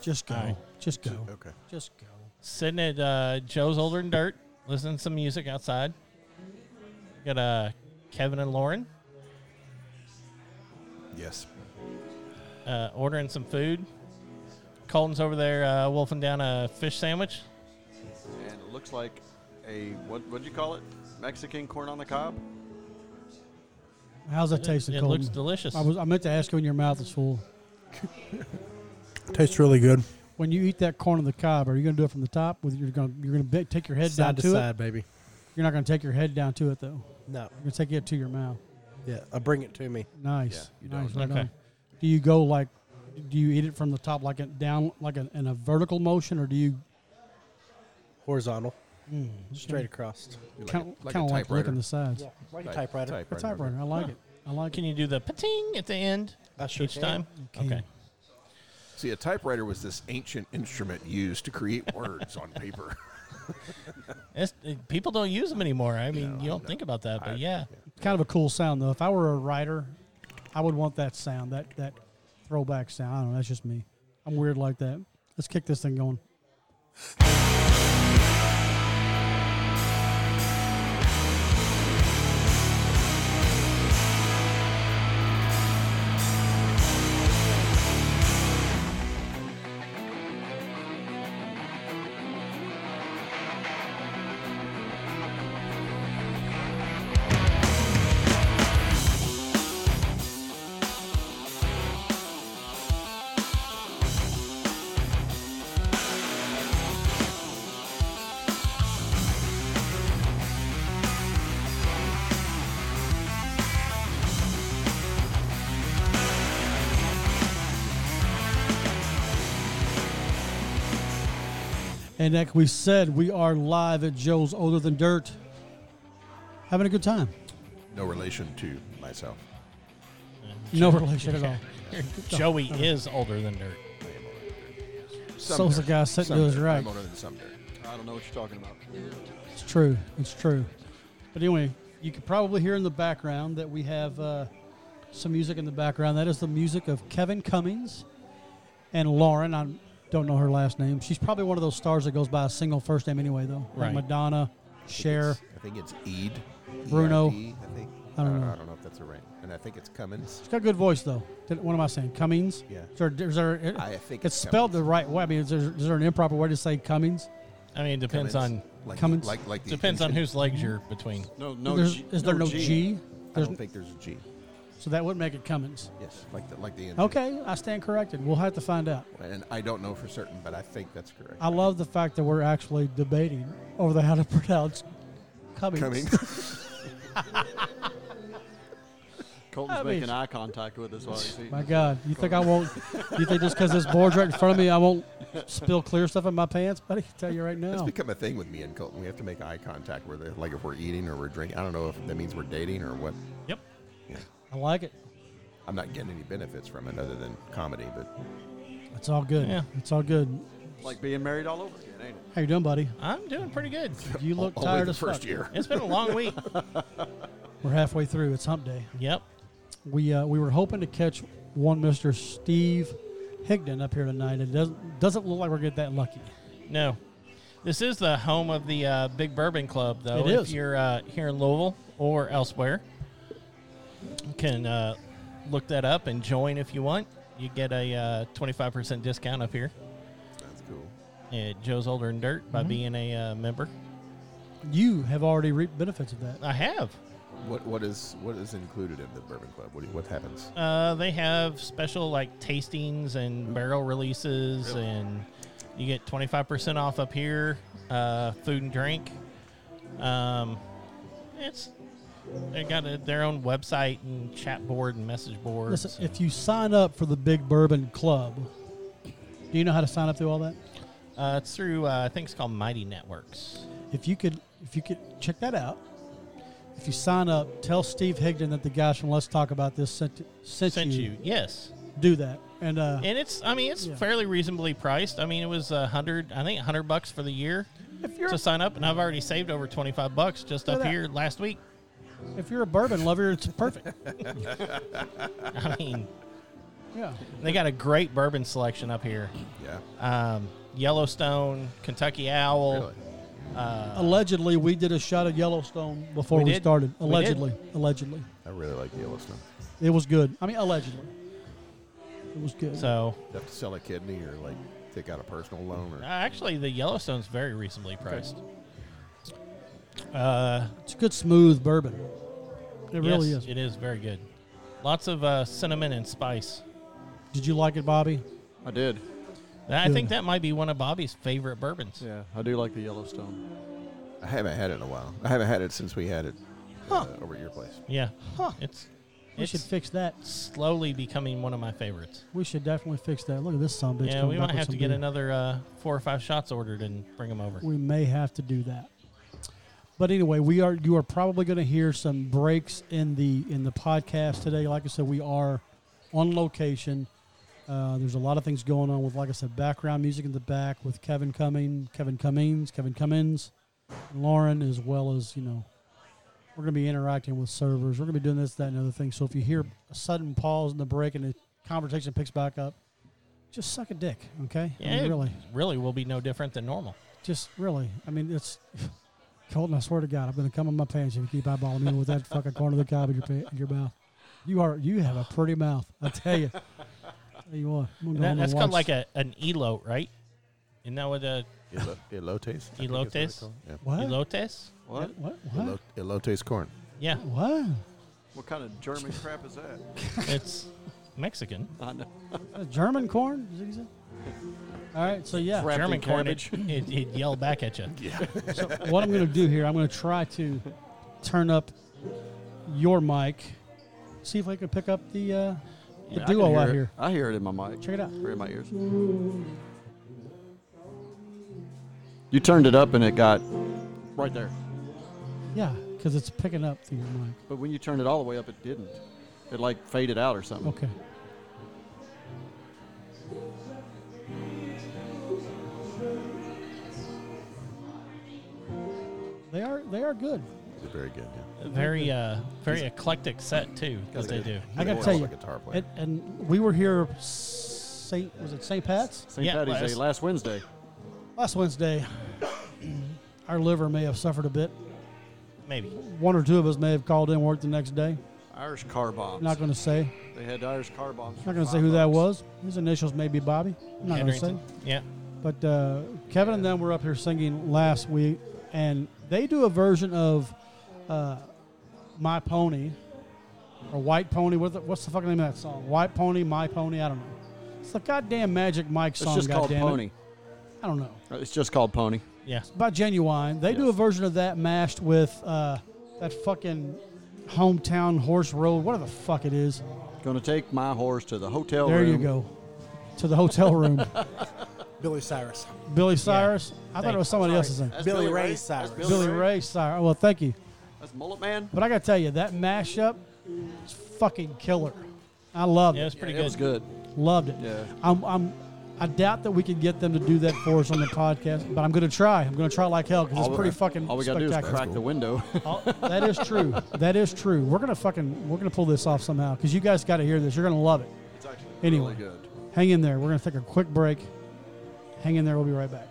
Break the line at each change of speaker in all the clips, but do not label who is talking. Just go.
Alright.
Just go.
Okay.
Just go.
Sitting at uh, Joe's Older and Dirt, listening to some music outside. Got uh, Kevin and Lauren
Yes.
uh, ordering some food. Colton's over there uh, wolfing down a fish sandwich.
And it looks like a what? What'd you call it? Mexican corn on the cob.
How's that tasting,
it
Colton?
looks delicious.
I was. I meant to ask you when your mouth is full.
Tastes really good.
When you eat that corn on the cob, are you going to do it from the top? With you're going, you're going to take your head down
side to
to
side, baby.
it. You're not going to take your head down to it though.
No,
You're going to take it to your mouth.
yeah, uh, bring it to me.
Nice.
Yeah, you
nice.
don't.
well
Okay.
done. Do you go like? Do you eat it from the top, like it down, like a, in a vertical motion, or do you
Horizontal, straight across.
You're
kind of like, looking the sides?
like
Type-
A typewriter. I like it. I like
Can you do the pating at the end
I sure
each
can.
time?
can.
Okay.
See, a typewriter was this ancient instrument used to create words on paper.
It's, uh, people don't use them anymore. I mean, you don't think about that, but yeah.
It's kind of a cool sound though. If I were a writer, I would want that sound, that that throwback sound. I don't know. That's just me. I'm weird like that. Let's kick this thing going. And like we said, we are live at Joe's Older Than Dirt. Having a good time.
No relation to myself.
No relation at all.
Joey is older than dirt.
Some
So's
dirt.
the guy sitting
Some
to his
dirt.
right.
I'm older than some dirt.
I don't know what you're talking about.
It's true. It's true. But anyway, you can probably hear in the background that we have uh, some music in the background. That is the music of Kevin Cummings and Lauren. I don't know her last name. She's probably one of those stars that goes by a single first name anyway, though. Like
Right.
Madonna, Cher.
I think it's Eid.
Bruno.
E-I-D, I think. Uh,
I don't know.
I don't know if that's the right. And I think it's Cummins.
She's got a good voice, though. Did- What am I saying? Cummings?
Yeah.
Is there, is there,
I think
it's
it's
spelled the
Cummings.
right way. I mean, is there, is there an improper way to say Cummings?
I mean, it depends
Cummins.
on
like
Cummins.
The, like like the
depends on
engine.
whose legs you're between.
No, no.
There's-
G,
is there no G?
I
There's-
don't think there's a G.
so that would make it Cummins.
Yes, like the like the engine.
Okay, I stand corrected. We'll have to find out.
And I don't know for certain, but I think that's correct.
I love the fact that we're actually debating over the how to pronounce Cummings.
Cummings.
Colton's
I mean-
making eye contact with us while he's eating.
My God, you think I won't? You think just because this board's right in front of me, I won't spill clear stuff in my pants? Buddy, I tell you right
It's
now.
become a thing with me and Colton. We have to make eye contact where they like if we're eating or we're drinking. I don't know if that means we're dating or what.
Yep.
Yeah.
I like it.
I'm not getting any benefits from it other than comedy, but
It's all good.
Yeah.
It's all good.
Like being married all over again, ain't it?
How you doing, buddy?
I'm doing pretty good.
You look
only
tired
the
as
first
fuck.
year.
It's been a long week.
We're halfway through. It's Hump Day.
Yep.
We uh, we were hoping to catch one Mister Steve Higdon up here tonight. It doesn't doesn't look like we're getting that lucky.
No. This is the home of the uh, Big Bourbon Club,
It
though. if
is.
you're uh, here in Louisville or elsewhere, you can uh, look that up and join if you want. You get a uh, 25% discount up here
that's cool.
at Joe's Older and Dirt
Mm-hmm.
by being a uh, member.
You have already reaped benefits of that.
I have.
What what is what is included in the bourbon club? What do you- what happens?
Uh, they have special like tastings and barrel releases, and you get twenty five percent off up here. Uh, food and drink. Um, it's they got a, their own website and chat board and message board.
Listen, if you sign up for the Big Bourbon Club, do you know how to sign up through all that?
uh, it's through uh, I think it's called Mighty Networks.
If you could, if you could check that out. If you sign up, tell Steve Higdon that the guys from Let's Talk About This sent, sent,
Sent
you,
you, yes,
Do that, and uh,
and it's I mean it's
Yeah.
fairly reasonably priced. I mean it was a hundred I think hundred bucks for the year
if you're
to sign up, and I've already saved over twenty five bucks just
Look at
up
that.
here last week.
if you're a bourbon lover, it's perfect.
I mean,
Yeah.
They got a great bourbon selection up here.
Yeah.
Um, Yellowstone, Kentucky Owl.
Really?
Allegedly, we did a shot of Yellowstone before
We
we,
did.
started.
We did.
Allegedly, allegedly,
I really like Yellowstone.
it was good. I mean, allegedly, it was good.
So
You have to sell a kidney or like take out a personal loan
uh,
or
actually, the Yellowstone's very reasonably priced. Uh,
it's a good smooth bourbon. It really
yes,
is.
It is very good. Lots of uh, cinnamon and spice.
Did you like it, Bobby?
I did.
And I
Good.
think that might be one of Bobby's favorite bourbons.
Yeah, I do like the Yellowstone.
I haven't had it in a while. I haven't had it since we had it uh, over at your place.
Yeah. It's
We
it's
should fix that.
slowly becoming one of my favorites.
We should definitely fix that. Look at this son of a bitch.
yeah,
coming
we
back
might
with
have to
some
get
beer.
another uh, four or five shots ordered and bring them over.
We may have to do that. But anyway, we are you are probably going to hear some breaks in the in the podcast today. Like I said, we are on location. Uh, there's a lot of things going on with, like I said, background music in the back with Kevin Cumming, Kevin Cummings, Kevin Cummins, and Lauren, as well as you know, we're going to be interacting with servers. We're going to be doing this, that, and other thing. So if you hear a sudden pause in the break and the conversation picks back up, just suck a dick, okay? I mean,
Yeah, it
really
really will be no different than normal.
just really, I mean, it's Colton. I swear to God, I'm going to come in my pants if you keep eyeballing me with that fucking corner of the cob in your pa- in your mouth. You are you have a pretty mouth, I tell you. Tell you what, I'm gonna go home
That,
and
that's called
watch-
like a, an elote, right? Isn't that what a
Elo- elotes? I think is what they
Elotes?
call it. Yeah.
what?
elotes?
What?
What? What?
Elo- elotes corn.
Yeah,
What?
What kind of German crap is that?
it's Mexican.
I know.
That's German corn? Is that what you said? All right, so yeah.
Wrapped
German
in
corn,
cabbage.
it, it, it yelled back at you.
So what I'm going to do here, I'm going to try to turn up your mic, see if I can pick up the uh, the
Yeah, I can
duo
hear
out
it.
here.
I hear it in my mic.
Check it out.
Or in my ears. You turned it up and it got right there.
Yeah, because it's picking up through your mic.
But when you turned it all the way up, it didn't. It like faded out or something.
Okay. They are they are good.
It's very good. Yeah.
A Very, uh, very eclectic set too that they do.
I gotta
It's
tell
like
you,
a guitar player.
it, and we were here Saint was it Saint Pat's
St.
Yeah,
Patty's
last-
Day, last Wednesday.
last Wednesday. Our liver may have suffered a bit.
Maybe.
One or two of us may have called in work the next day.
Irish car bombs.
I'm not going to say.
they had Irish car bombs.
Not
for
going to say
five
who that
bucks.
was. His initials may be Bobby. I'm not going to say.
Henderson. Yeah.
But uh, Kevin and them were up here singing last week, and they do a version of uh, "My Pony" or "White Pony." What the, what's the fucking name of that song? "White Pony," "My Pony." I don't know. It's the goddamn Magic Mike
It's
song.
just called
goddammit.
Pony. Uh,
I don't know.
It's just called Pony.
Yeah.
By genuine, they do
Yes.
a version of that mashed with uh, that fucking hometown horse road. Whatever the fuck it is.
Gonna take my horse to the hotel
there
room.
you go. To the hotel room.
Billy Cyrus.
Billy Cyrus. I thought
Thank-
it was somebody
sorry.
else's name.
That's
Billy
Billy,
Ray
Ray.
Cyrus.
That's
Billy Ray Cyrus. Well, thank you.
That's Mullet Man.
But I gotta tell you, that mashup is fucking killer. I loved
Yeah,
it.
it was pretty
Yeah, It
good.
was good.
Loved it.
Yeah.
I'm, I'm, I doubt that we could get them to do that for us on the podcast, but I'm gonna try. I'm gonna try like hell because
All
it's
we-
pretty fucking
All we gotta do is
spectacular.
crack the window.
All- that is true. That is true. We're gonna fucking we're gonna pull this off somehow because you guys got to hear this. You're gonna love it.
it's actually
Anyway.
really good.
Hang in there. We're gonna take a quick break. Hang in there. We'll be right back.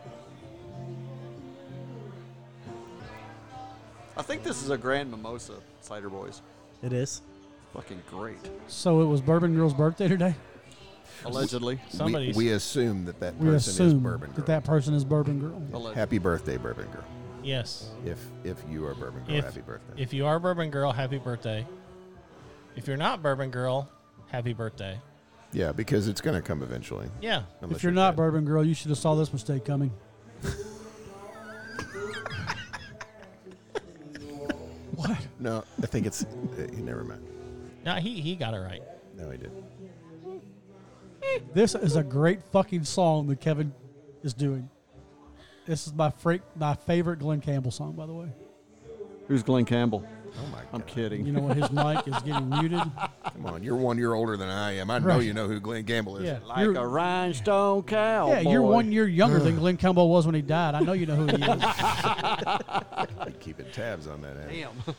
I think this is a Grand Mimosa Cider Boys.
It is.
Fucking great.
So it was Bourbon Girl's birthday today.
Allegedly.
we,
Somebody's.
we
uh,
assume that that
We
person is
assume
bourbon girl.
that that person is Bourbon Girl.
Alleg-
happy birthday, bourbon girl.
yes.
oh,
If if you are bourbon girl,
If,
happy birthday.
if you are Bourbon Girl, happy birthday. If you're not Bourbon Girl, happy birthday.
yeah, because it's gonna come eventually.
Yeah.
Unless
If you're not
dead.
Bourbon Girl, you should have saw this mistake coming. what?
no, I think it's. Uh, never mind.
No, he, he got it right.
No, I did.
This is a great fucking song that Kevin is doing. This is my freak, my favorite Glenn Campbell song, by the way.
Who's Glenn Campbell?
Oh my god!
I'm kidding.
You know what? His mic is getting muted.
Oh,
Come on, you're one year older than I am. I know
Right.
you know who Glenn Gamble is.
Yeah,
like
you're,
a rhinestone cow.
yeah, you're one year younger than Glenn Campbell was when he died. I know you know who he is.
I'd be keeping tabs on that. ass.
Damn.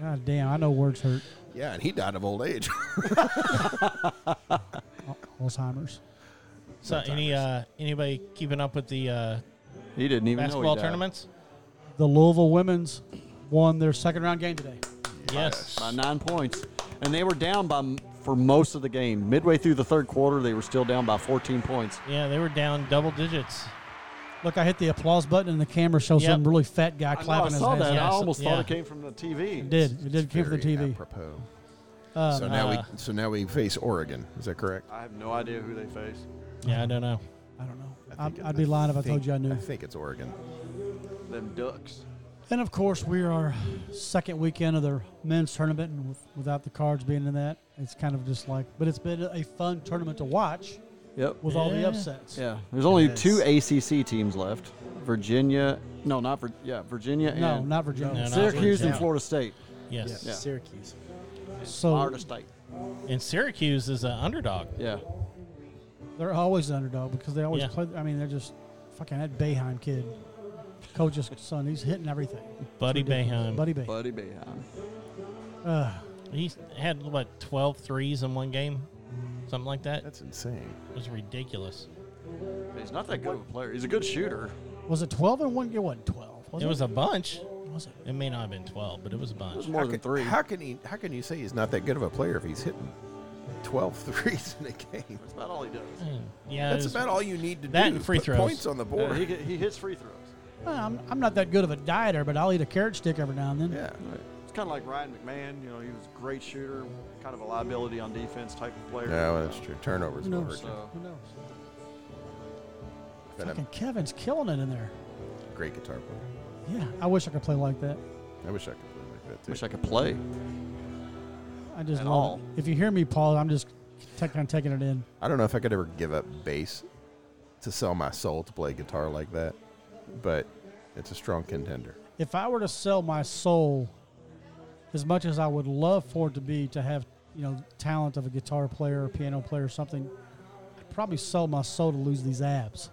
God damn, I know words hurt.
Yeah, and he died of old age.
Alzheimer's.
So any uh, anybody keeping up with the uh,
He didn't even know he
basketball
died.
tournaments?
The Louisville women's won their second round game today.
Yes.
by nine points, and they were down by m- for most of the game. Midway through the third quarter, they were still down by 14 points.
Yeah, they were down double digits.
Look, I hit the applause button and the camera shows
Yep.
some really fat guy
I, know, I
clapping
saw
his hands.
that. and I
Yeah, so-
almost
yeah.
thought it came from the TV.
It did. It did came from the
Very
TV.
Apropos.
Um,
so now
uh,
we so now we face Oregon. Is that correct?
I have no idea who they face.
Yeah, I don't know.
I don't know.
I
I
think-
I'd be lying if I told
think-
you I
I
knew.
think it's Oregon.
Them ducks.
And of course, we are second weekend of the men's tournament, and with, without the cards being in that, it's kind of just like. But it's been a fun tournament to watch
Yep.
with all the
Yeah.
upsets.
Yeah. There's only
Yes.
two ACC teams left. Virginia. No, not Vir- yeah, Virginia
No,
and
not Virginia.
No, not
Syracuse and
Virginia.
Florida State.
Yes.
Yeah.
Syracuse.
So
Florida State.
And Syracuse is an underdog.
Yeah.
they're always an underdog because they always
Yeah.
play. I mean, they're just fucking that Bayheim kid, coach's son. He's hitting everything.
Buddy
Ridiculous.
Boeheim.
Buddy Bay.
Buddy Bayheim.
Uh,
He had what 12 threes in one game, something like that.
That's insane.
It was ridiculous.
He's not that good of a player. He's a good shooter.
was it twelve and one? It wasn't twelve. Was it,
It was a bunch.
Was it?
It may not have been 12, but it was a bunch.
There's more
how
than
can,
three.
How can he? How can you say he's not that good of a player if he's hitting 12 threes in a game?
That's about all he does.
Yeah, it
That's
was-
about all you need to
that
do.
and free
Put
throws.
points on the
Yeah,
board.
he, get- he hits free throws.
Well, I'm, I'm not that good of a dieter, but I'll eat a carrot stick every now and then.
yeah.
It's kind of like Ryan McMahon. You know, he was a great shooter, kind of a liability on defense type of player.
No, that's true. Turnovers
Who
will
knows?
hurt you.
So-
Who knows?
But
Fucking
I'm
Kevin's killing it in there.
a great guitar player.
Yeah, I wish I could play like that.
I wish I could play like that too.
Wish I could play.
I just
At
love
all.
it. If you hear me, Paul, I'm just tech kind of taking it in.
I don't know if I could ever give up bass to sell my soul to play guitar like that, but it's a strong contender.
If I were to sell my soul, as much as I would love for it to be to have you know talent of a guitar player or piano player or something, I'd probably sell my soul to lose these abs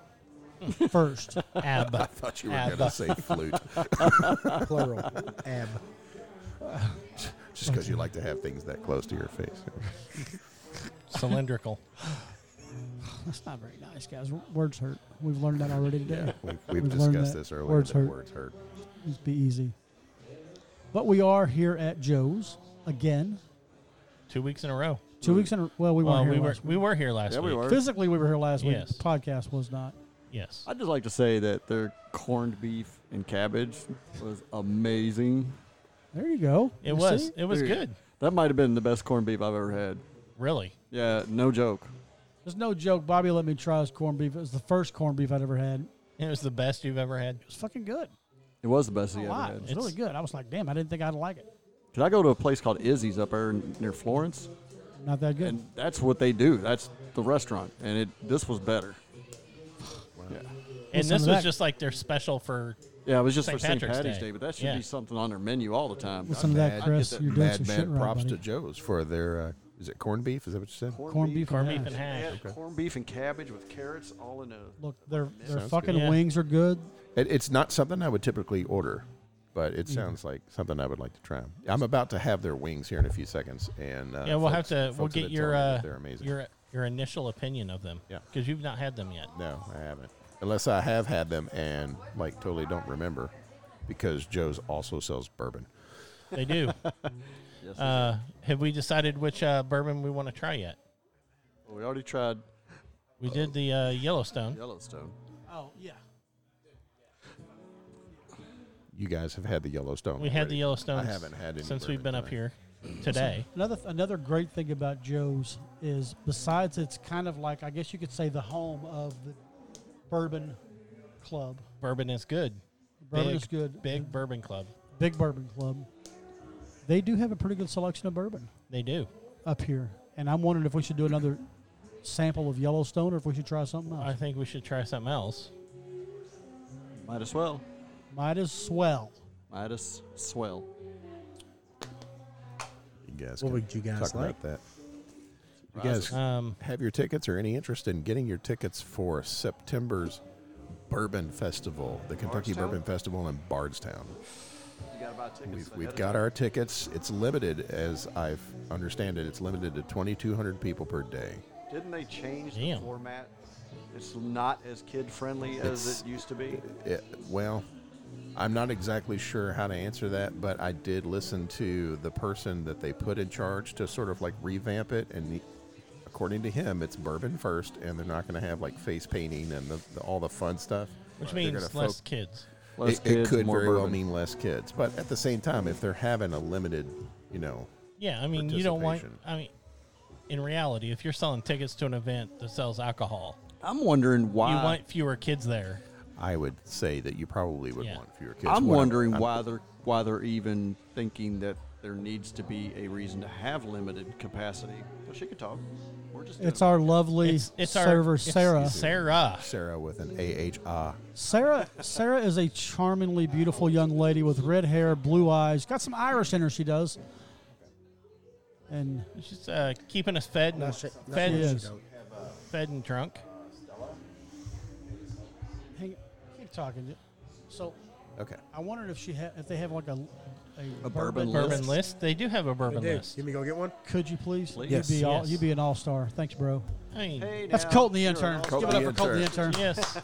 first.
Ab.
I thought you
Ah,
were
Ab.
going to say flute.
Plural. Ab.
Just because you like to have things that close to your face.
cylindrical.
That's not very nice, guys. Words hurt. We've learned that already today.
We've,
We've
we've
learned
discussed
that
this earlier.
words
that
hurt.
Words hurt.
Just be easy. But we are here at Joe's again.
Two weeks in a row.
Two weeks in a well, we
well,
weren't
we
here.
were
last
we were here last
Yeah,
week.
we were.
Physically, we were here last week.
Yes.
The podcast was not.
Yes.
I'd just like to say that their corned beef and cabbage was amazing.
There you go.
It
You
was
see?
it was
Dude.
good.
That might have been the best corned beef I've ever had.
Really.
Yeah, no joke.
There's no joke. Bobby let me try his corned beef. It was the first corned beef I'd ever had. It
It was the best you've ever had.
was fucking good.
It was the best
A
he ever
lot. It was
had.
really
It's-
good. I was like, damn, I didn't think I'd like it.
Did I go to a place called Izzy's up there in- near Florence?
Not that good.
And that's what they do. That's the restaurant. And it this was better. Yeah.
And
Listen
this
to
was
that.
just like their special for
Uh,
Yeah, it was just
St.
for St.
Patrick's
Patty's
Day.
Day. but that should
Yeah.
be something on their menu all the time.
Listen to that,
Mad-
Chris.
that
You're doing some shit
Madman
right,
props
buddy.
to Joe's for their, uh, is it corned beef? Is that what you said?
corned beef,
corned
and
beef
hash.
and
They
hash.
had corned beef and cabbage with carrots all in a.
Look, their their
Sounds
fucking
good. Yeah.
wings are good.
It, it's not something I would typically order, but
Mm.
it sounds like something I would like to try. I'm about to have their wings here in a few seconds, and uh,
Yeah, we'll
folks-
have to we'll
folks have
get
been
your
telling me that
uh,
they're amazing.
your your initial opinion of them.
Yeah.
Because you've not had them yet.
no, I haven't, unless I have had them and like totally don't remember, because Joe's also sells bourbon.
They do.
Yes,
uh, have we decided which uh, bourbon we want to try yet?
we already tried
We did the uh, Yellowstone.
Yellowstone.
Oh yeah.
You guys have had the Yellowstone.
We had the
already.
Yellowstone.
I haven't had any
since we've
bourbon
been up
tonight.
here today.
Another another great thing about Joe's is besides it's kind of like I guess you could say the home of the bourbon club.
Bourbon is good.
Bourbon
Big-
is good.
Big Bourbon Club.
Big Bourbon Club. They do have a pretty good selection of bourbon
They do.
up here, and I'm wondering if we should do another sample of Yellowstone or if we should try something
I
else.
think we should try something else.
Might as well.
Might as swell.
Might as swell.
You guys
What
can
would you guys
talk
like?
about that? You
Right.
guys
Um,
have your tickets or any interest in getting your tickets for September's Bourbon Festival, the Kentucky
Bardstown?
Bourbon Festival in Bardstown.
You gotta buy tickets.
We've, we've got our tickets. It's limited, as I have understand it. It's limited to 2,200 people per day.
Didn't they change
Damn.
the format? It's not as kid friendly as
It's-
it used to be.
It, well, I'm not exactly sure how to answer that, but I did listen to the person that they put in charge to sort of like revamp it. And he- according to him, it's bourbon first, and they're not going to have like face painting and the, the, all the fun stuff.
which
They're gonna
means
folk-
less kids.
Less
it, it
kids,
could
more
very well
bourbon.
mean less kids, but at the same time, if they're having a limited, you know,
Yeah, I mean, you don't want.
Participation.
I mean, in reality, if you're selling tickets to an event that sells alcohol,
I'm wondering why.
Uh,
you want fewer kids there.
I would say that you probably would
Yeah.
want fewer kids.
I'm
What-
wondering
I'm-
why they're why they're even thinking that there needs to be a reason to have limited capacity. Well, she could talk. We're just
It's
doing-
our lovely
It's, it's our
server,
it's
Sarah.
Sarah.
Sarah with an A H R.
Sarah Sarah is a charmingly beautiful young lady with red hair, blue eyes. Got some Irish in her, she does. And
She's uh, keeping us fed,
No,
and,
she, no,
fed,
she
Yes.
don't.
fed and drunk.
hang, keep talking. So
Okay.
I wondered if she ha- if they have like a a,
A bourbon
Bourbon
List.
list. They do have a
Hey,
bourbon
dude,
list.
You me go get one?
Could you please?
Please.
You'd be
Yes.
all
Yes.
you'd be an all star. Thanks, bro.
I mean,
Hey,
That's
now,
Colton the
you're an
intern.
all-star.
Give it up for Colton the intern.
yes.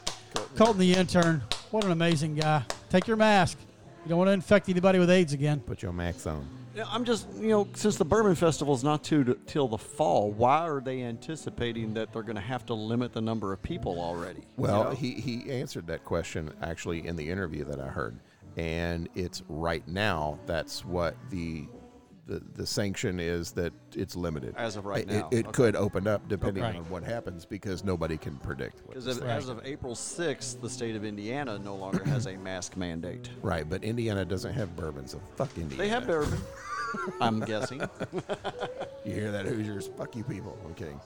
Colton the intern. What an amazing guy. Take your mask. You don't want to infect anybody with AIDS again.
Put your max on.
Yeah, I'm just, you know, since the bourbon festival's not too, till the fall, why are they anticipating that they're going to have to limit the number of people already?
Well, he, he answered that question actually in the interview that I heard, and it's right now that's what the the, the sanction is that it's limited
As of right
It- It,
now,
it
okay.
could open up depending
Right.
on what happens because nobody can predict. What
Because
this
as,
thing-
as of April 6th, the state of Indiana no longer has a mask mandate.
right, but Indiana doesn't have bourbon, so fuck Indiana.
They have bourbon. I'm guessing.
You hear that, Hoosiers? Fuck you, people. I'm kidding.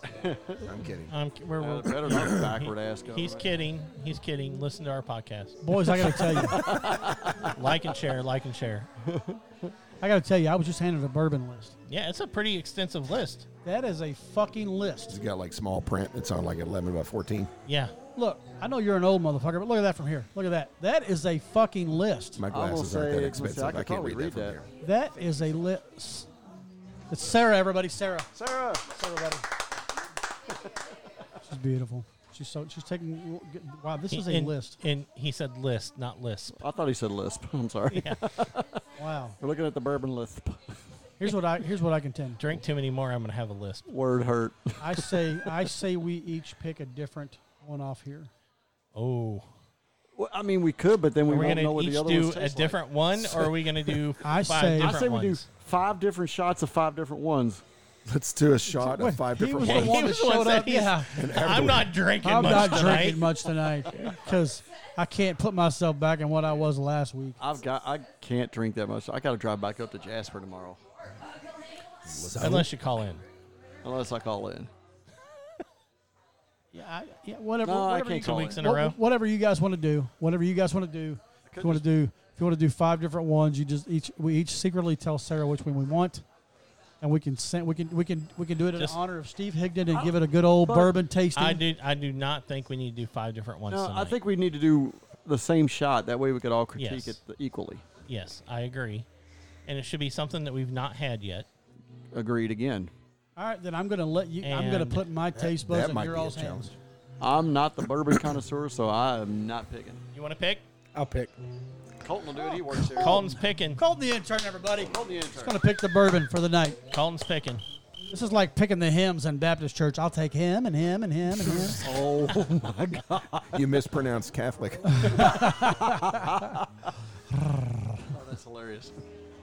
I'm kidding.
Um, we're,
Uh,
we're,
better not backward ass
he-
government.
he's kidding. He's kidding. Listen to our podcast.
Boys, I gotta tell you.
Like and share. Like and share.
I gotta tell you, I was just handed a bourbon list.
Yeah, it's a pretty extensive list.
That is a fucking list.
It's got like small print. It's on like 11 by 14.
Yeah.
Look, I know you're an old motherfucker, but look at that from here. Look at that. That is a fucking list.
My
I will
glasses aren't
say-
that
let's see, I
expensive.
could
I, can't
probably
read,
read
that from
that.
here.
That is a list. It's Sarah, everybody. Sarah.
Sarah!
Sarah, everybody. She's beautiful. She's so she's taking. Wow, this is a
and,
list.
And he said list, not lisp.
I thought he said lisp. I'm sorry.
Wow.
We're looking at the bourbon lisp.
Here's what I here's what I contend.
Drink too many more, I'm gonna have a lisp.
Word hurt.
I say I say we each pick a different one off here.
Oh.
Well, I mean, we could, but then we
Are we
won't know
gonna
what
each
the other
do
ones
a
taste like.
different one, or are we gonna do
I
five
say- I
different
I say we do
ones?
five different shots of five different ones.
Let's do a shot
Wait,
of five
he
different
was the
ones.
one
He
that
was the one
showed
that
up.
he's-
Yeah.
I'm not drinking
I'm
much
not
tonight.
drinking much tonight because I can't put myself back in what I was last week.
I've got. I can't drink that much. I got to drive back up to Jasper tomorrow,
Unless you call in.
unless I call in.
Yeah, I, yeah whatever.
No, I
whatever
can't
you-
Two
call
weeks in
in.
a
Wha-
row.
Whatever you guys want to do, whatever you guys want to do, if you want to do, if you want to do five different ones, you just each we each secretly tell Sarah which one we want, and we can send we can we can we can do it in
Just-
honor of Steve Higdon and give it a good old bourbon tasting.
I do I do not think we need to do five different ones
No,
tonight.
I think we need to do the same shot. That way, we could all critique
Yes.
it equally.
Yes, I agree. And it should be something that we've not had yet.
Agreed again.
All right, then I'm gonna let you. I'm gonna
And
put my taste buds
that
in
might
your
be a
all's hands.
challenge.
I'm not the bourbon connoisseur, so I am not picking.
You want to pick?
I'll pick.
Colton will do it. He works here.
Colton's picking.
Colton the intern, everybody.
Colton, the
Just
intern.
gonna pick the bourbon for the night.
Colton's picking.
This is like picking the hymns in Baptist church. I'll take him and him and him and him.
Oh my God!
You mispronounced Catholic.
Oh, That's hilarious.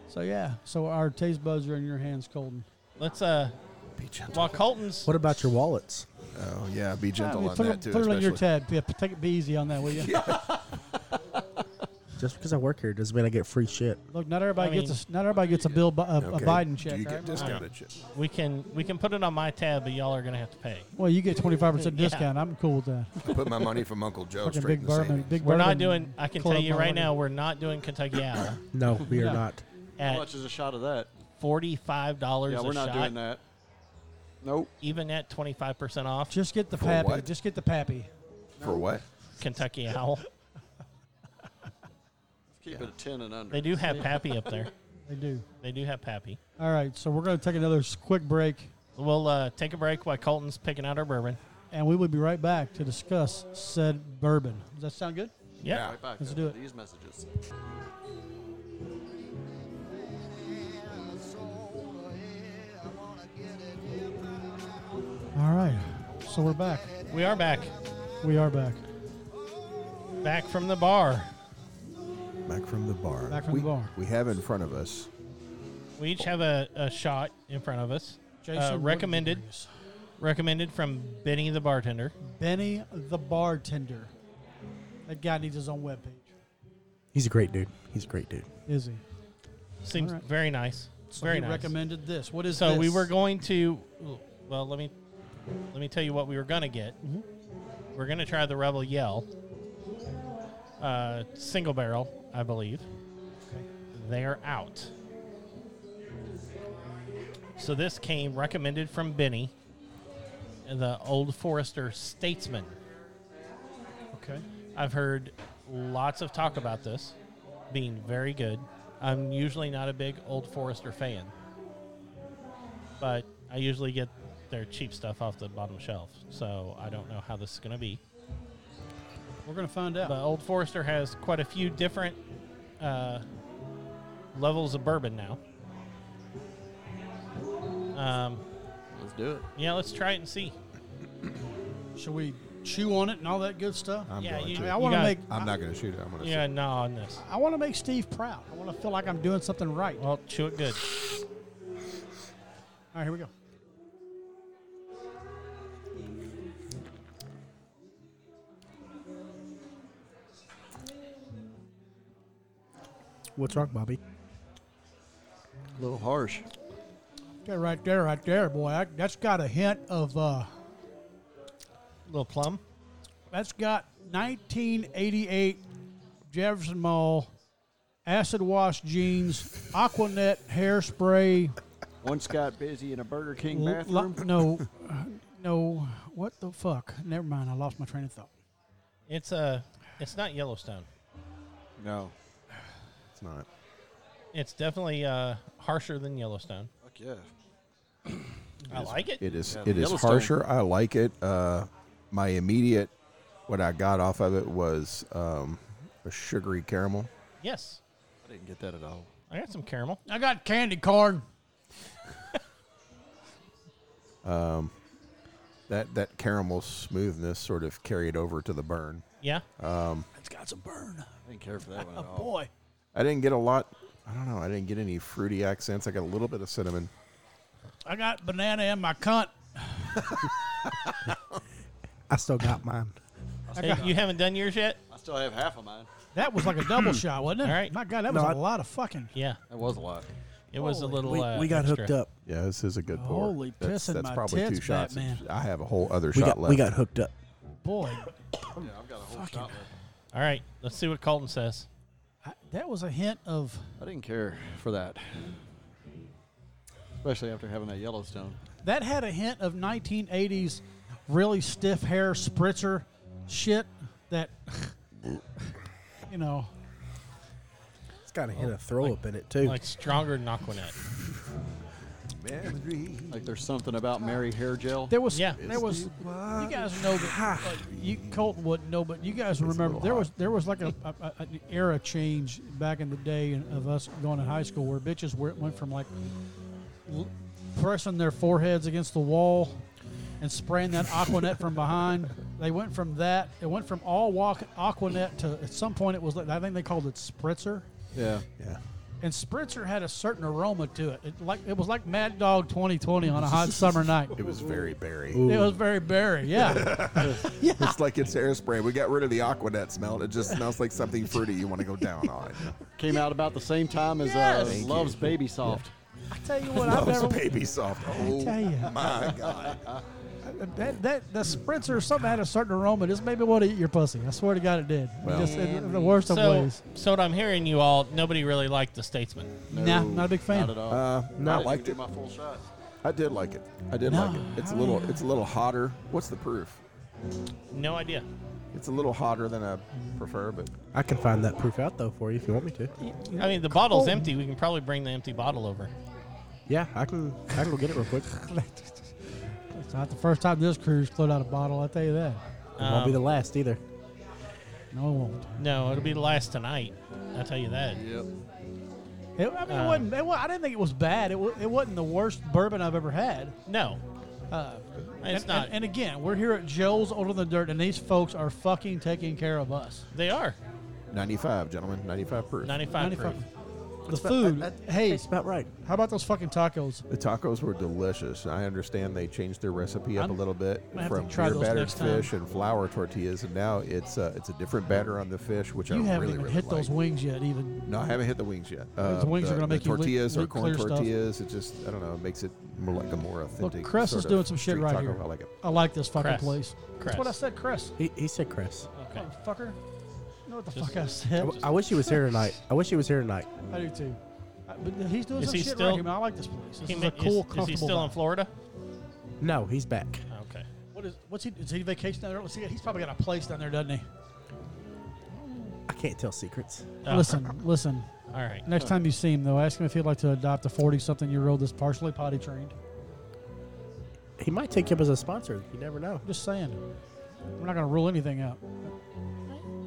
so yeah, so our taste buds are in your hands, Colton.
Let's uh
Be gentle.
while Colton's
What about your wallets?
Oh yeah, be gentle
Yeah,
on
put
that
it,
too.
put it on your
especially.
tab. Yeah, take it be easy on that, will you?
Just because I work here doesn't mean I get free shit.
Look, not everybody
I mean-
gets a not everybody gets a bill Bu- a, a
Okay.
Biden
Do
check.
you
right?
get discounted shit?
we can we can put it on my tab, but y'all are gonna have to pay.
Well, you get twenty five percent
Yeah.
discount. I'm cool with that.
I put my money from Uncle Joe
Fucking
straight in
big
the
bourbon,
savings.
big
We're not
bourbon
doing I can
club
tell you right
money.
now we're not doing Kentucky Owl
No, we
No.
are not.
How much
at
is a shot of that?
forty five dollars
Yeah,
a
we're not
shot,
doing that. Nope.
even at twenty five percent off
Just get the
For
pappy.
what?
Just get the pappy.
For what?
Kentucky Owl.
Keep it at ten and under.
They do have Pappy up there.
They do.
They do have Pappy.
All right, so we're going to take another s- quick break.
We'll uh, take a break while Colton's picking out our bourbon.
and we will be right back to discuss said bourbon. Does that sound good?
Yep.
Yeah.
Right back
Let's
to
do it.
These messages.
All right. So we're back.
We are back.
We are back.
Back from the bar.
Back from the bar.
Back from
we,
the bar.
We have in front of us.
We each have a, a shot in front of us. Uh,
what
recommended,
did you bring
recommended from Benny the bartender.
us? Benny the bartender. That guy needs his own webpage.
He's a great dude. He's a great dude.
Is he?
Seems
All right.
very nice.
So
very
he
nice.
recommended this. What is
so we
this?
were going to. Well, let me let me tell you what we were gonna get.
Mm-hmm.
We're gonna try the Rebel Yell, uh, single barrel, I believe. They're out. So this came recommended from Benny, the Old Forester Statesman.
Okay.
I've heard lots of talk about this being very good. I'm usually not a big Old Forester fan, but I usually get their cheap stuff off the bottom shelf, so I don't know how this is going to be.
We're going to find out.
But Old Forester has quite a few different uh, levels of bourbon now. Um,
Let's do it.
yeah, let's try it and see.
Should we chew on it and all that good stuff?
I'm
Yeah,
going
Uh, you-
I
to.
mean, I want to
got-
make
I'm not going to shoot it. I'm going to
Yeah, no on this.
I want to make Steve proud. I want to feel like I'm doing something right. All
Well, chew it good.
right, here we go.
What's wrong, Bobby?
A little harsh.
Yeah, right there, right there, boy. I, that's got a hint of uh,
little plum.
that's got 1988 Jefferson Mall acid wash jeans, Aquanet hairspray.
Once got busy in a Burger King
l-
bathroom.
lo- no, uh, no. What the fuck? Never mind. I lost my train of thought.
It's a. It's not Yellowstone.
No.
It's not.
It's definitely uh, harsher than Yellowstone.
Fuck yeah.
I like it.
It is.
Yeah,
it is
Yellowstone.
harsher. I like it. Uh, my immediate, what I got off of it was um, a sugary caramel.
Yes,
I didn't get that at all.
I got some caramel.
I got candy corn.
That that caramel smoothness sort of carried over to the burn.
Yeah,
Uh,
It's got some burn.
I didn't care for that one at
Oh,
all.
boy.
I didn't get a lot. I don't know. I didn't get any fruity accents. I got a little bit of cinnamon.
I got banana in my cunt.
I still got mine.
I
Hey,
got,
you haven't done yours yet.
I still have half of mine.
that was like a double shot, wasn't it?
All right.
My God, that
No,
was a
I-
lot of fucking.
Yeah,
That was a lot.
it was a
Holy-
little.
Oh, We,
uh,
we got
extra.
hooked up.
Yeah, this is a good pour.
Holy
that's,
pissing
that's
my
probably
tits,
two shots.
Batman.
I have a whole other
We
shot
got
left.
we got hooked up.
Boy,
Yeah, I've got a whole shot left.
All right, let's see what Colton says.
I, that was a hint of.
I didn't care for that. Especially after having that Yellowstone.
That had a hint of 1980s really stiff hair spritzer shit that, you know,
It's got a hint of throw up in it too.
Like stronger than Aquanet.
Like there's something about Mary hair gel.
there was,
Yeah.
there was, you guys know, that, like, you, Colton wouldn't know, but you guys remember
little
there was,
hot.
there was like a, a, a- an era change back in the day in- of us going to high school where bitches were, went from like l- pressing their foreheads against the wall and spraying that aquanet from behind. They went from that. It went from all walk aquanet to at some point it was. like- I think they called it spritzer.
Yeah.
Yeah.
And spritzer had a certain aroma to it. It like it was like Mad Dog 2020 on a hot summer night.
It was very berry.
It was very berry. Yeah,
It's like it's hairspray. We got rid of the Aquanet smell. It just smells like something fruity you want to go down on.
Came out about the same time as
Yes.
uh,
Thank
Love's Baby Soft.
I tell you what, I've
Those
never
baby soft. Oh
tell you.
my god.
that that the spritzer something had a certain aroma. This made me want to eat your pussy. I swear to God, it did.
Well.
Just in, in the worst of
So,
ways.
so what I'm hearing you all, nobody really liked the Statesman.
Nah, not a big fan.
Not at all.
Uh,
I
no, I
didn't
liked
do
it.
My full shot.
I did like it. I did
No,
like it. It's a
I-
little. It's a little hotter. What's the proof?
No idea.
It's a little hotter than I prefer, but
I can find that proof out though for you if you want me to.
I mean, the bottle's empty. We can probably bring the empty bottle over.
Yeah, I can I can go get it real quick.
It's not the first time this crew's flowed out a bottle. I tell you that.
Won't be
Um,
the last either.
No, it won't.
No, it'll be the last tonight. I'll tell you that.
Yep.
It, I mean, it
Um,
wasn't. It, wa- I didn't think it was bad. It, wa- it wasn't the worst bourbon I've ever had.
No,
Uh,
it's
and,
not.
And, and again, we're here at Joe's Older Than Dirt, and these folks are fucking taking care of us.
they are
95, gentlemen. 95 proof.
95 proof.
The food. hey,
It's about right.
how about those fucking tacos?
The tacos were delicious. I understand they changed their recipe up
I'm-
a little bit
gonna have to
from
try
pure
those
battered
next time.
fish and flour tortillas, and now it's uh, it's a different batter on the fish, which
you
I
haven't
really
even
really
hit
like.
those wings yet, even.
No, I haven't hit the wings yet. Uh,
Those wings are
the-
gonna
the
make you lick-
tortillas
lick
or corn
clear stuff.
tortillas. It just I don't know. It makes it more like a more
Look,
authentic.
Cress
sort
is
of
doing some shit
street
right
taco.
here.
I like it.
I like this fucking
Cress.
place. That's what I
Cress.
said, Chris.
He, he said Chris.
Okay.
Fucker. You know what the
Just-
fuck I
I,
said?
w- I wish he was here tonight. I wish he was here tonight.
I do too. I- But he's doing
Is
some
he
shit right
still-
here, man. I like this place. This
He
is
ma-
a cool,
is, is he
comfortable
still in
vibe.
Florida?
No, he's back.
Okay.
What is? What's he? Is he vacationing down there? Let's see. He's probably got a place down there, doesn't he?
I can't tell secrets.
Oh,
Listen, listen.
All right.
Next time you see him, though, ask him if he'd like to adopt a forty-something-year-old that's partially potty trained.
He might take you up as a sponsor. You never know.
Just saying. We're not going to rule anything out.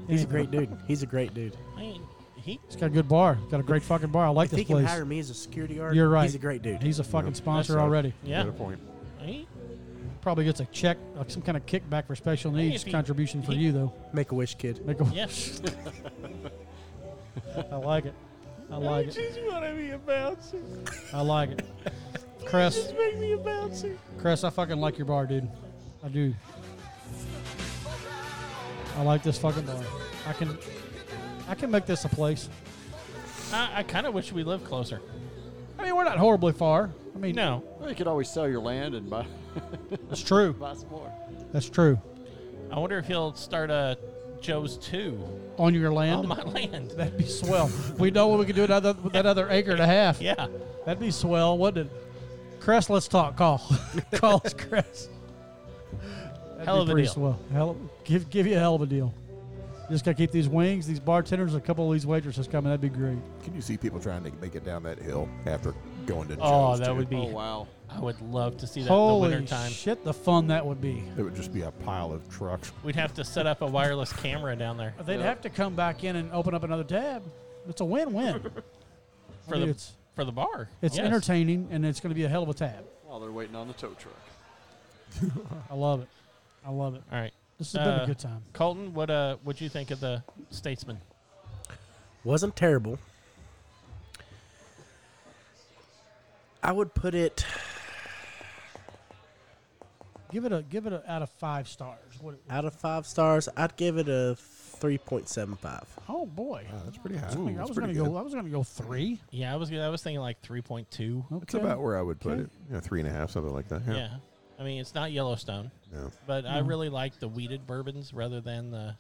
He's a great dude. He's a great dude.
I mean, he
He's got a good bar. Got a great fucking bar. I like
if
this
he
place.
can hire me as a security guard,
You're right.
He's a great dude.
He's a fucking sponsor
That's a-
already.
yeah.
Got a point.
He,
Probably gets a check, like some kind of kickback for special
Hey,
needs
if he-
contribution for
he-
you, though.
Make a wish, kid.
Make a,
yes.
I like it. I like it.
just want to be a bouncer.
I like it. Cress,
make me a bouncer.
Cress, I fucking like your bar, dude. I do. I like this fucking bar. I can, I can make this a place.
I, I kind of wish we lived closer.
I mean, we're not horribly far. I mean,
No.
Well, you could always sell your land and buy,
that's true.
buy some more.
That's true.
I wonder if he'll start a Joe's 2
On your land,
on Oh my land.
that'd be swell. we know what we could do another with that other acre and a half.
Yeah.
That'd be swell, wouldn't it? Cress, let's talk. Call. Call us, Cress. That'd
Hell
be
of a
pretty
deal.
Swell. Hell of- give, give you a hell of a deal. Just got to keep these wings, these bartenders, a couple of these waitresses coming. That'd be great.
Can you see people trying to make it down that hill after going to?
Oh,
Joe's,
that
dude?
would be.
Oh wow!
I would love to see that in the
Holy
wintertime.
shit, the fun that would be.
It would just be a pile of trucks.
We'd have to set up a wireless camera down there
They'd have to come back in and open up another tab. It's a win win.
for the
it's
for the bar.
it's
Yes.
entertaining and it's going to be a hell of a tab.
While they're waiting on the tow truck.
I love it. I love it.
All right,
This has been a
Uh,
good time.
Colton, what uh, what you think of the Statesman?
Wasn't terrible. I would put it.
Give it a give it a out of five stars. What,
out of five stars, I'd give it a 3.75.
oh boy.
Wow, that's pretty high.
I mean, I
Uh, That's
was gonna
pretty
go.
good.
I was gonna go three.
Yeah, I was I was thinking like three point two.
Okay.
That's about where I would put
Okay.
it. You know, three and a half, something like that.
Yeah.
Yeah.
I mean it's not Yellowstone,
Yeah.
but
Mm-hmm.
I really like the weeded bourbons rather than the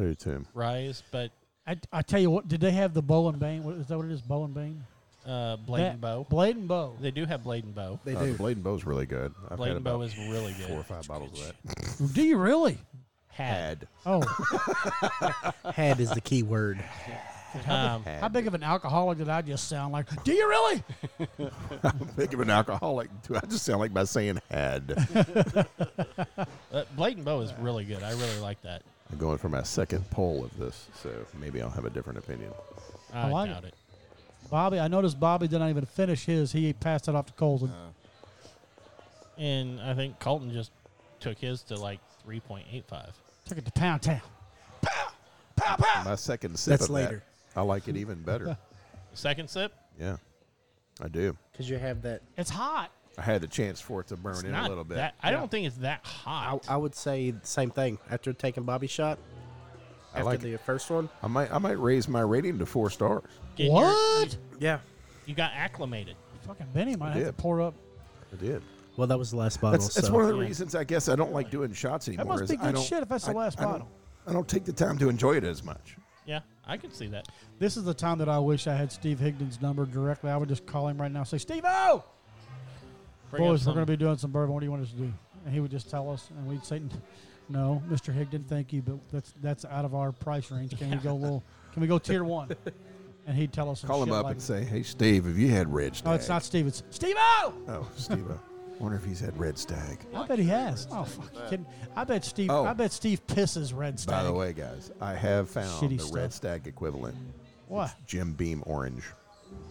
I do too.
rye's. But
I, I tell you what. Did they have the bow and bane? What, is that what it is? Bow and bane.
uh, Blade
That-
and Bow,
Blade and bow.
they do have Blade and Bow.
They
Uh, the Blade and Bow's really good. I've
Blade
had
and Bow
about
is really good.
four or five bottles of that.
Do you really?
Had.
Oh,
Had is the key word.
Um,
how big of an alcoholic did I just sound like? Do you really?
Think of an alcoholic. Do I just sound like by saying had?
uh, Blade and Bow is really good. I really like that.
I'm going for my second poll of this, so maybe I'll have a different opinion.
I,
like
doubt it.
Bobby, I noticed Bobby did not even finish his. He passed it off to Colton.
Uh.
And I think Colton just took his to like three point eight five.
Took it to Pound Town.
Ah,
My second sip
That's
of
later.
That, I like it even better.
Second sip,
yeah, I do.
Because you have that.
It's hot.
I had the chance for it to burn
It's
in
not
a little bit.
that- I
Yeah.
don't think it's that
I,
hot.
I would say the same thing. After taking Bobby's shot,
I
after
like
the
it.
first one.
I might, I might raise my rating to four stars.
Getting your-
what?
Yeah.
You got acclimated.
Fucking Benny might have to
did.
pour up.
I did.
Well, that was the last bottle.
That's,
so.
that's one of the
Yeah.
reasons I guess I don't like doing shots anymore.
must
is
be
I
good
don't-
shit if that's the
I-
last
I don't-
bottle.
I don't take the time to enjoy it as much.
Yeah, I can see that.
This is the time that I wish I had Steve Higdon's number directly. I would just call him right now. and Say, Steve O.
Bring up
Boys, we're
some-
going to be doing some bourbon. What do you want us to do? And he would just tell us, and we'd say, "No, Mr. Higdon, thank you, but that's that's out of our price range. Can we go a little? Can we go tier one?" And he'd tell us. Some
Call
shit
him up
like,
and say, "Hey, Steve, have you had Red Stag?"
"No, it's not Steve. It's Steve O."
Oh, Steve. Wonder if he's had Red Stag.
I bet he has. Oh, fuck! You kidding? I bet Steve.
Oh.
I bet Steve pisses Red Stag.
By the way, guys, I have found
Shitty
the
stuff.
Red Stag equivalent.
what?
Jim Beam Orange.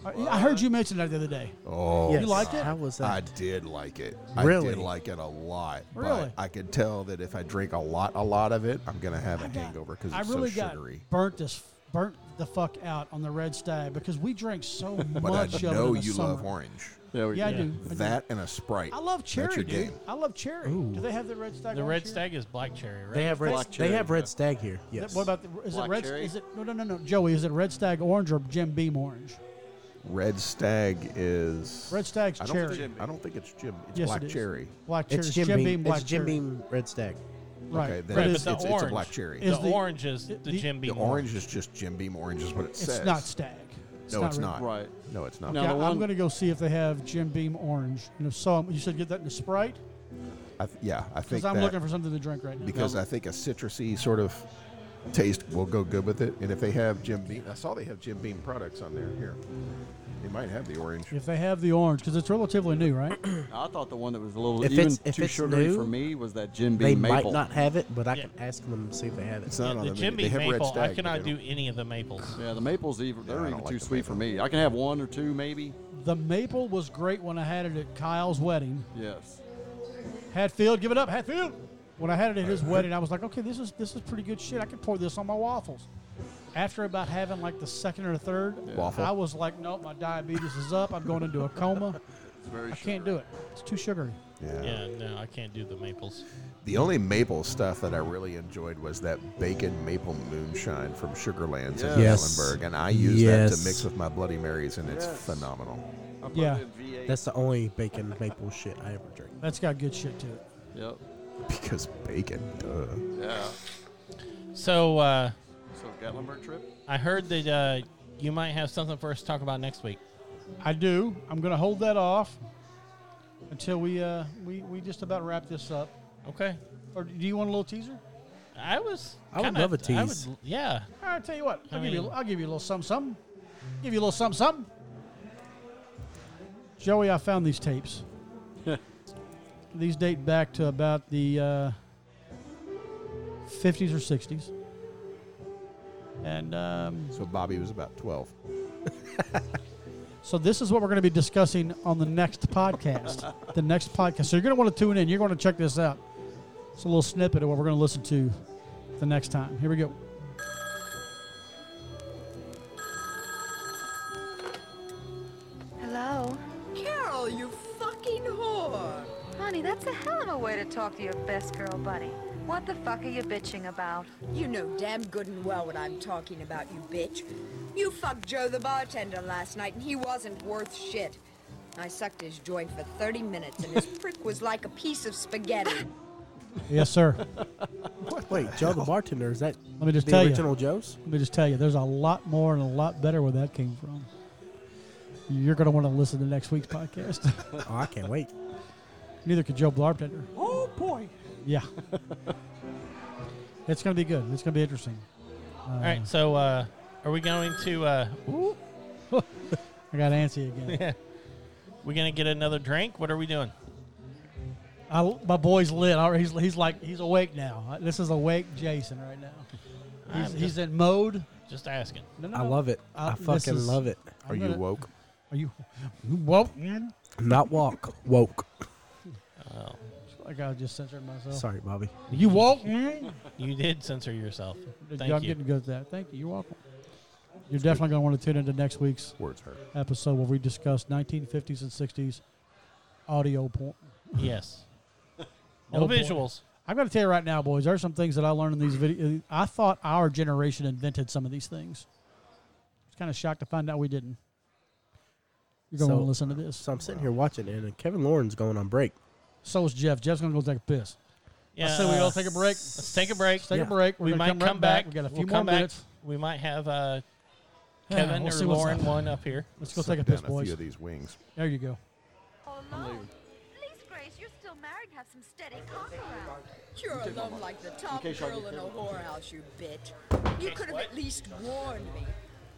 I- I heard you mention that the other day.
Oh,
Yes.
liked it?
How was that?
I did like it. I
Really?
did like it a lot.
Really?
But I could tell that if I drink a lot, a lot of it, I'm gonna have a
I got-
hangover because
I
it's
really
so
got
sugary.
burnt this burnt the fuck out on the Red Stag because we drank so
But
much
I
of it.
know
in the
you
summer.
love orange.
Yeah, we-
Yeah, I
Yeah.
do. I do.
That and a Sprite.
I love cherry,
That's your
dude.
game.
I love cherry. Do they have the Red Stag?
The
on
red
cherry?
stag is black cherry, right?
They have red.
Black
they
cherry,
have
yeah.
red stag here. Yes.
What about the? Is
Black
it red?
cherry?
Is it no, no, no, no? Joey, is it Red Stag orange or Jim Beam orange?
Red Stag is
Red Stag's
I don't
cherry.
Think, I don't think it's Jim. It's
Yes,
black
it is.
cherry.
Black cherry.
It's Jim
Jim
Beam.
Beam. Black
it's Jim
cherry.
Beam red stag.
Right.
Okay, then
but
it's,
it's,
the
it's, it's a
orange-
black cherry.
is
the,
the-
orange is the,
the-
Jim
the
Beam
orange is just Jim Beam Orange is what it
it's
says.
not stag.
No, it's
red.
not.
Right.
No, it's not.
No.
Yeah,
the
I'm
one-
going to go see if they have Jim Beam orange. And if so, I'm- you should get that in a Sprite
I th- yeah, I think
because I'm
that
looking for something to drink right now.
because I think a citrusy sort of taste will go good with it. And if they have Jim Beam, I saw they have Jim Beam products on there. Here, they might have the orange.
If they have the orange, because it's relatively new, right?
I thought the one that was a little
If
even
it's- if
too
it's
sugary
new,
for me was that Jim Beam
They might
maple.
not have it, but I
Yeah.
can ask them to see if they have it.
It's not on
the
the
Jim
menu. They
Beam
have Red
maple.
Stag,
I
but
cannot
they
do any of the maples.
Yeah, the maples even
I
they're
don't
even
like
too
the
sweet for me. I can have one or two maybe.
The maple was great when I had it at Kyle's wedding.
Yes.
Hatfield, give it up, Hatfield. When I had it at his wedding, I was like, okay, this is this is pretty good shit. I could pour this on my waffles. After about having like the second or third,
Waffle.
I was like, nope, my diabetes is up. I'm going into a coma.
It's very
I can't do it. It's too sugary.
Yeah.
Yeah, no, I can't do the maples.
The only maple stuff that I really enjoyed was that bacon maple moonshine from Sugarlands in
Yes.
Gatlinburg, and I use that to
Yes.
mix with my Bloody Marys, and it's
Yes.
phenomenal.
I put
Yeah.
it in V8.
That's the only bacon maple shit I ever drink.
That's got good shit to it.
Yep.
Because bacon, duh.
Yeah.
So uh,
So Gatlinburg trip?
I heard that uh, you might have something for us to talk about next week.
I do. I'm going to hold that off until we uh, we we just about wrap this up.
Okay.
Or do you want a little teaser?
I was.
I would
kinda-
love a
I
tease.
would, yeah.
All right, tell you what. I'll
I
give you.
mean-
I'll give you a little something. something. Give you a little something. something. Joey, I found these tapes. these date back to about the uh, 50s or 60s, and um,
So Bobby was about twelve.
so this is what we're going to be discussing on the next podcast. the next podcast. So you're going to want to tune in. You're going to check this out. It's a little snippet of what we're going to listen to the next time. Here we go.
Hello?
Carol, you fucking whore!
Honey, that's a hell of a way to talk to your best girl buddy. What the fuck are you bitching about?
You know damn good and well what I'm talking about, you bitch. You fucked Joe the bartender last night, and he wasn't worth shit. I sucked his joint for 30 minutes, and his prick was like a piece of spaghetti.
Yes, sir.
Wait, Joe the bartender is that?
Let me just
the
tell you.
original Joe's.
Let me just tell you, there's a lot more and a lot better where that came from. You're going to want to listen to next week's podcast.
Oh, I can't wait.
Neither could Joe Blarpender. Oh, boy. Yeah. it's going to be good. It's going to be interesting.
All right. So uh, are we going to? Uh, ooh,
I got antsy again.
we gonna get another drink? What are we doing?
I, my boy's lit. All right, He's, he's like, he's awake now. This is awake Jason right now.
I'm
He's,
just,
he's in mode.
just asking.
No, no,
I
no.
love it.
Uh,
I
this
fucking
is-
love it.
I'm
Are you
gonna-
woke?
Are you, you woke, man?
Not walk, woke.
Like I just censored myself.
Sorry, Bobby.
You woke, man?
You did censor yourself. Thank
I'm
you.
getting good at that. Thank you. You're welcome. You're definitely going to want to tune into next week's
Words hurt.
episode where we discuss 1950s and 60s audio porn.
Yes. No
Oh, boy.
visuals.
I've got to tell you right now, boys, there are some things that I learned in these videos. I thought our generation invented some of these things. It's kind of shocked to find out we didn't. You're going to
So-
want to listen to this.
So I'm sitting here watching it, and Kevin Lauren's going on break.
So is Jeff. Jeff's going to go take a piss.
Yeah. uh,
I said we all take a break.
Let's take a break.
Let's take
Yeah.
a break. We're
we
gonna
might come,
right
back.
We got a few
We'll
more
come back.
minutes.
We might have uh, Kevin
we'll
or
see what's
Lauren
up.
one up here.
Let's go
Suck
take a piss,
down A few
boys.
of these wings.
There you go.
Oh, no. Please, Grace, you're still married. Have some steady cock around.
You're a love like the top
case I
girl
get
in a
there.
whorehouse, you bitch. You could have at least warned me.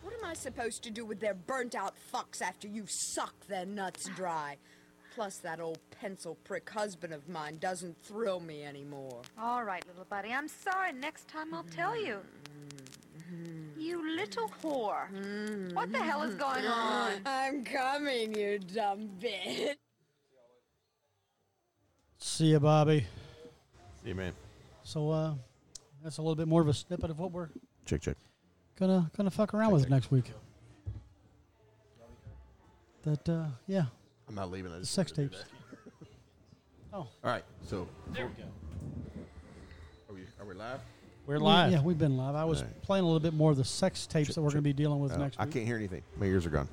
What am I supposed to do with their burnt out fucks after you've sucked their nuts dry? Plus, that old pencil prick husband of mine doesn't thrill me anymore.
All right, little buddy. I'm sorry. Next time I'll tell you. You little whore. What the hell is going on?
I'm coming, you dumb bitch.
See ya, Bobby.
See, man.
So uh, that's a little bit more of a snippet of what we're
Check, check.
gonna gonna fuck around with next week. That uh, yeah,
I'm not leaving. I
the
just
sex
wanted to do
tapes.
that.
Oh,
All right. So
There we go.
are we, are we live?
We're live.
yeah, we've been live. I was
Alright.
playing a little bit more of the sex tapes that we're gonna be dealing with
Uh,
next
I
week.
can't hear anything. My ears are gone.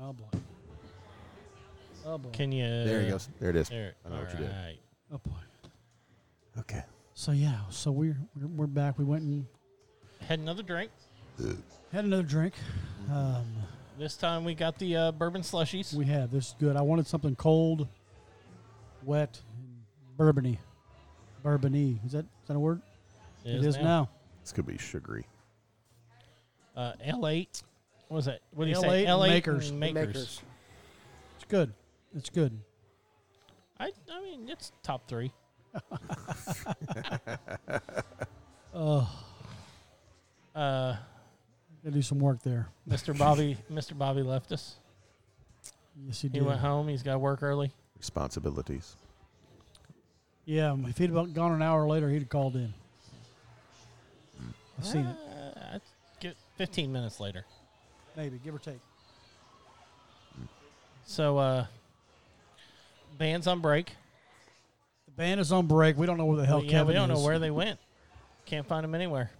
Oh boy. Oh boy.
Can you?
There he goes. There it is.
There.
I know what you did.
alright.
oh boy.
Okay.
So yeah, so we're we're, we're back. We went and
Had another drink.
had another drink. Um,
This time we got the uh, bourbon slushies.
we had this is good. I wanted something cold, wet, and bourbony. Bourbony. Is that is that a word? it is now.
This could be sugary.
Uh, L8. What was that? What do you say?
L8
L8
Makers.
and Makers.
Makers.
It's good. It's good.
I, I mean, it's top three. Uh,
Gotta do some work there.
Mr. Bobby, Mr. Bobby left us.
Yes, he
He
did.
went home. He's got to work early.
Responsibilities.
Yeah, um, if he'd about gone an hour later, he'd have called in. I've seen it.
Uh, I'd get 15 minutes later.
Maybe, give or take.
So, uh, band's on break.
The band is on break. We don't know where the hell
we, yeah,
Oh, Kevin
we don't know
is.
where they went. Can't find them anywhere.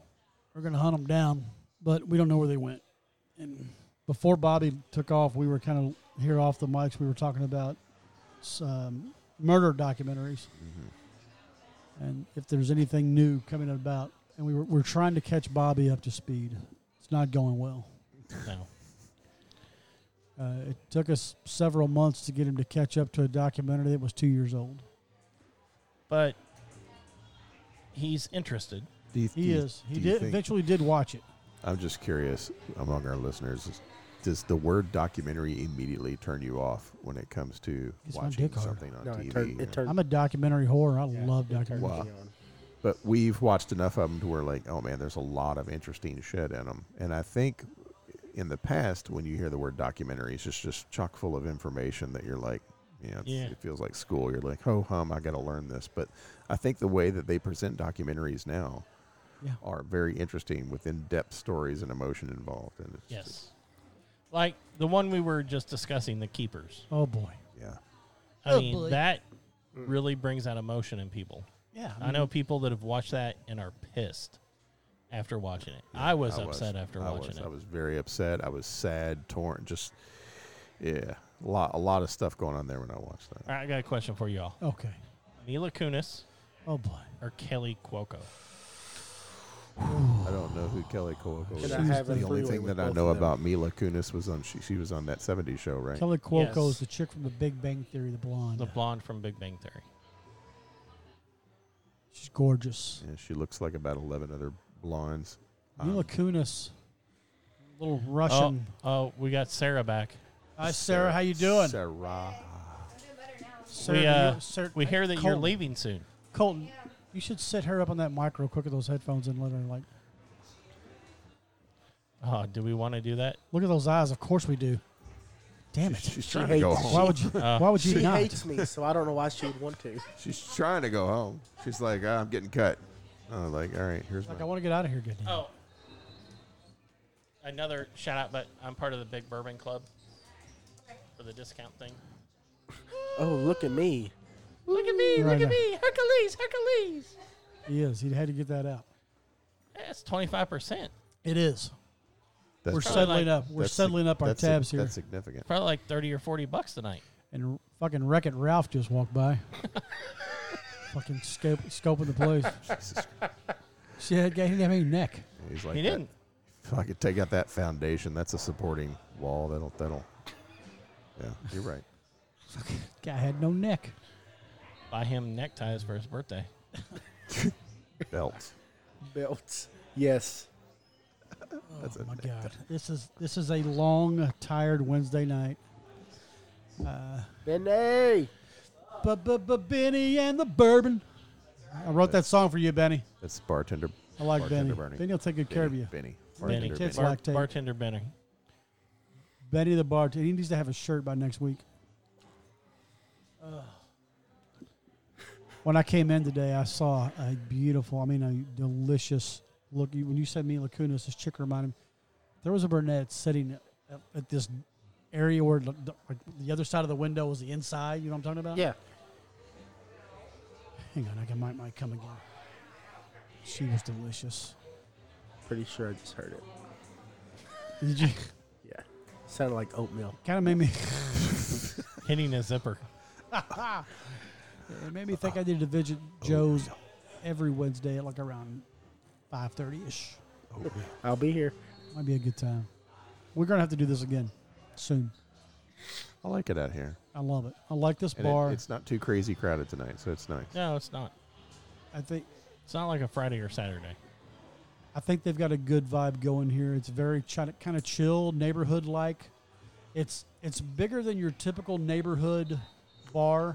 We're gonna hunt them down, but we don't know where they went. And before Bobby took off, we were kind of here off the mics. We were talking about some murder documentaries,
Mm-hmm.
and if there's anything new coming about. And we were we're trying to catch Bobby up to speed. It's not going well.
No.
Uh, it took us several months to get him to catch up to a documentary that was two years old.
But he's interested.
Do you,
He
do you-
is. He
do you
did
think-
eventually did watch it.
I'm just curious among our listeners. is- Does the word documentary immediately turn you off when it comes to
Gets my
watching
dick hard.
something on
No,
TV?
it turned. It turned
I'm a documentary horror. I
yeah,
love
it
documentaries.
turned me
Wow.
on.
but we've watched enough of them to where like oh man there's a lot of interesting shit in them and i think in the past when you hear the word documentaries it's just chock full of information that you're like you know, it's-
Yeah.
it feels like school you're like oh hum i gotta learn this but i think the way that they present documentaries now
Yeah.
are very interesting with in-depth stories and emotion involved and it's
Yes. Like the one we were just discussing, the keepers.
Oh boy.
yeah
I
Oh,
mean,
boy.
that
Mm.
really brings out emotion in people.
Yeah.
I know people that have watched that and are pissed after watching it. I was
I
upset after
I
watching
was,
it.
I was very upset. I was sad, torn, just yeah, a lot, a lot of stuff going on there when I watched that.
All right, I got a question for you all.
Okay.
Mila Kunis
Oh boy.
or Kelly Cuoco?
I don't know who Kelly Coelho is.
Can I have a
the only
three-way
thing
with
that I
both
know
of them?
about Mila Kunis was on she, she was on that '70s show, right?
Kelly Cuoco
Yes.
is the chick from The Big Bang Theory, the blonde.
The blonde from Big Bang Theory.
She's gorgeous.
Yeah, she looks like about 11 other blondes.
Mila
Um,
Kunis, little Russian.
Oh, oh, we got Sarah back.
Hi Sarah, how you doing? Sarah,
Sarah.
we, uh,
Sarah-
we hear that you're
Colton.
leaving soon.
Colton, you should set her up on that mic real quick with those headphones and let her like
Oh, do we want to do that?
look at those eyes. Of course we do. Damn it.
She's
She
trying to go
hates-
Why
home.
would you?
Uh,
why would you
She
not?
hates me, so I don't know why she would want to.
She's trying to go home. She's like, "Ah, I'm getting cut. Oh, like, all right, here's
Like I
my.
want to get out of here, good. damn it.
Oh. Another shout out, but I'm part of the Big Bourbon Club for the discount thing.
Oh, look at me.
Look at me,
Right
look
now.
at me, Hercules, Hercules.
He is. He had to get that out.
That's 25%.
It is.
That's
we're
probably-
settling up. We're
that's sig-
settling up our
that's sig-
tabs here.
That's significant.
Probably like 30 or 40 bucks tonight.
and fucking Wreck It Ralph just walked by. fucking scope, scoping the place.
Jesus.
She had, he didn't have any neck.
He's like,
he
that-
didn't.
If I could take out that foundation, that's a supporting wall. That'll, that'll. Yeah, you're right.
Guy had no neck.
Buy him neckties for his birthday.
Belt.
Belts. Yes.
oh my god, this is this is a long, tired Wednesday night.
Benny.
Benny and the bourbon. I wrote that song for you, Benny.
That's bartender.
I like
bartender
Benny. Benny will take good care of you.
Benny.
Benny.
Bartender
Kids
Benny.
Bar-
like tape.
bartender Benny.
Benny the bartender. He needs to have a shirt by next week. When I came in today, I saw a beautiful, I mean, a delicious look. You- When you said me and Lacunas, this chick reminded me. There was a brunette sitting at, at this area where the, the- like, the other side of the window was the inside. You know what I'm talking about?
Yeah.
Hang on, I can, might, might come again. She was delicious.
Pretty sure I just heard it.
Did you?
Yeah. Sounded like oatmeal.
Kind of made me.
Hitting a zipper.
It made me think
Uh-huh.
I did a visit
Oh,
Joe's every Wednesday at like around five thirty ish.
I'll be here.
Might be a good time. We're gonna have to do this again soon.
I like it out here.
I love it. I like this
And it-
bar.
it's not too crazy crowded tonight, so it's nice.
No, it's not.
I think
It's not like a Friday or Saturday.
I think they've got a good vibe going here. It's very ch- kind of chill, neighborhood like. It's it's bigger than your typical neighborhood bar,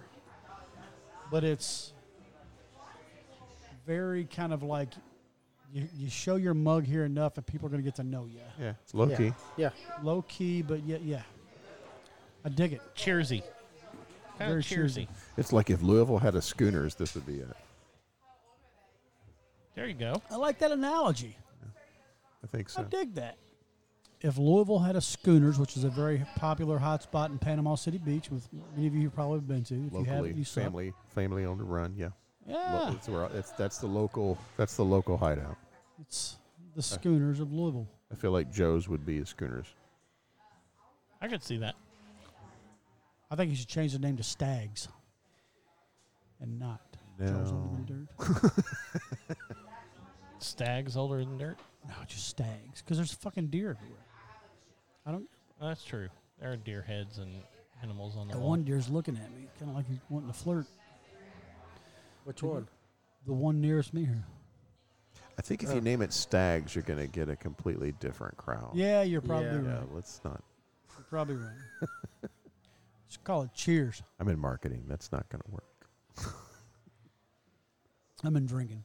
but it's very kind of like you, you show your mug here enough, and people are going to get to know you.
Yeah, it's low key.
Yeah.
low key, but yet, yeah, I dig it.
Cheersy. Kind
Very
of cheersy.
cheersy.
It's like if Louisville had a schooners, this would be it.
There you go.
I like that analogy.
I think
I
so.
dig that. If Louisville had a Schooners, which is a very popular hot spot in Panama City Beach, with many of you have probably been to, if you
Locally,
haven't, you suck. Ah.
family, family on the run. Yeah.
yeah,
Lo- It's where, it's, that's the local. That's the local hideout.
it's the Schooners of Louisville.
I feel like Joe's would be a schooners.
I could see that.
I think you should change the name to Stags, and not Charles
No.
Olderman Dirt.
Stags older than dirt.
No, just Stags, because there's fucking deer everywhere. I don't.
That's true. There are deer heads and animals on the
That
wall.
one deer's looking at me, kind of like he's wanting to flirt.
Which one?
The one nearest me here.
I think if you name it Stags, you're going to get a completely different crowd.
Uh. Yeah, you're probably
Yeah.
right.
Yeah. Let's not.
You're probably right. Just call it cheers.
I'm in marketing. That's not going to work.
I've been drinking.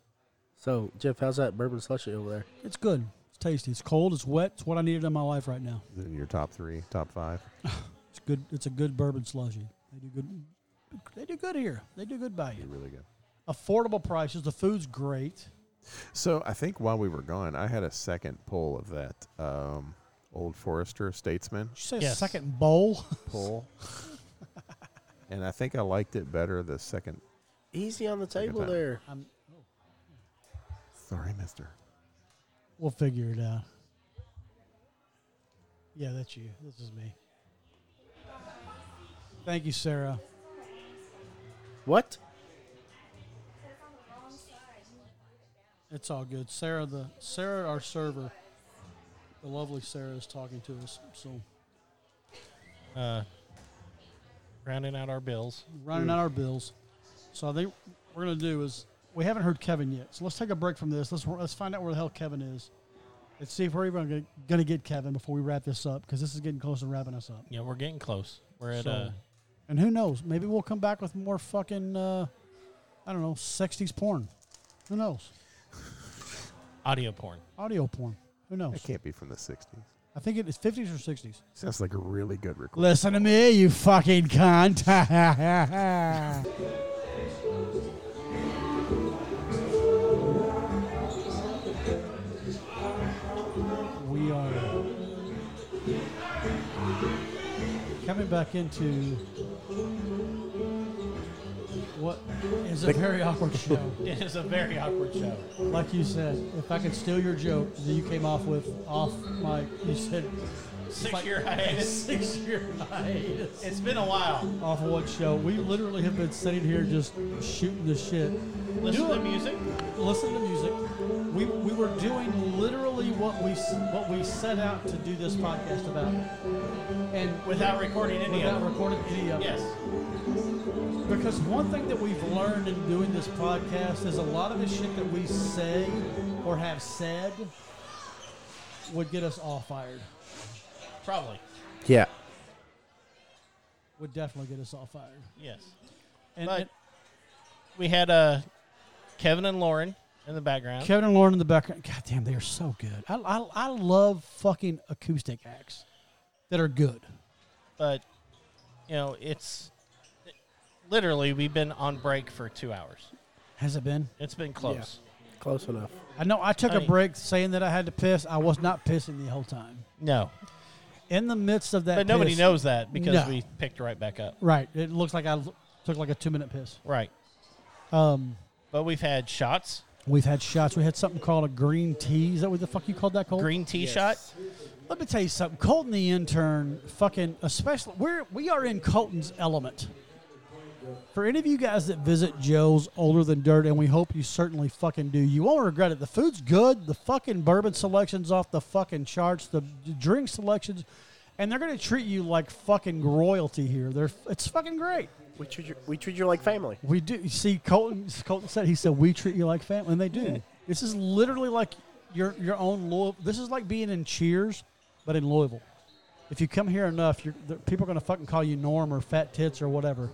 So, Jeff, how's that bourbon slushy over there?
It's good. It's tasty. It's cold. It's wet. It's what I needed in my life right now.
Is it Your top three, top five.
It's good. It's a good bourbon slushy. They do good. They do good here. They do good by
You're
you.
really good.
Affordable prices. The food's great.
So I think while we were gone, I had a second pull of that um, old Forester Statesman
Did you say a
Yes.
second bowl?
pull, and I think I liked it better the second.
Easy on the table
time.
there.
I'm,
Sorry, Mister.
we'll figure it out. Yeah, that's you. This is me. Thank you, Sarah.
What?
It's all good. Sarah, the Sarah, our server, the lovely Sarah is talking to us. So
Uh, rounding out our bills.
running out our bills. So I think what we're gonna do is we haven't heard Kevin yet. So let's take a break from this. Let's let's find out where the hell Kevin is. Let's see if we're even gonna, gonna get Kevin before we wrap this up because this is getting close to wrapping us up.
Yeah, we're getting close. We're at
So-
uh,
And who knows? Maybe we'll come back with more fucking uh, I don't know sixties porn. Who knows?
audio porn.
Audio porn. Who
That
knows?
can't be from the '60s.
I think it is fifties or sixties.
Sounds like a really good record.
Listen to me, you fucking cunt. we are coming back into what is a very awkward show.
It is a very awkward show.
Like you said, if I could steal your joke that you came off with off mic, you said
Six year hiatus.
six year hiatus
It's been a while.
off of one show. We literally have been sitting here just shooting the shit.
Listen
Do
to
it.
music.
Listen to music. We, we were doing literally what we s- what we set out to do this podcast about, and
Without recording any of
without
it.
recording any of it.
Yes.
Because one thing that we've learned in doing this podcast is a lot of the shit that we say or have said would get us all fired.
Probably.
Yeah.
would definitely get us all fired.
Yes.
And,
But- We had uh, Kevin and Lauren in the background.
and Kevin and Lauren in the background. God damn, they are so good. I, I, I love fucking acoustic acts that are good.
but you know, it's literally we've been on break for two hours.
Has it been?
It's been close.
Close enough.
I know I took
I
a
mean-
break saying that I had to piss. I was not pissing the whole time.
No,
In the midst of that,
but nobody
piss-
knows that because
No.
we picked right back up.
Right. It looks like I l- took like a two minute piss.
Right,
Um,
but we've had shots.
we've had shots. We had something called a green tea. Is that what the fuck you called that, Cole?
Green tea shot.
Let me tell you something. Colton the intern, fucking, especially we're we are in Colton's element. For any of you guys that visit Joe's Older Than Dirt, and we hope you certainly fucking do, you won't regret it. The food's good. The fucking bourbon selection's off the fucking charts. The d- drink selections, and they're gonna treat you like fucking royalty here. They're it's fucking great.
We treat you, we treat you like family.
We do. You see, Colton. Colton said he said we treat you like family, and they do. This is literally like your your own Louisville. This is like being in Cheers, but in Louisville. If you come here enough, you're, the, people are going to fucking call you Norm or Fat Tits or whatever.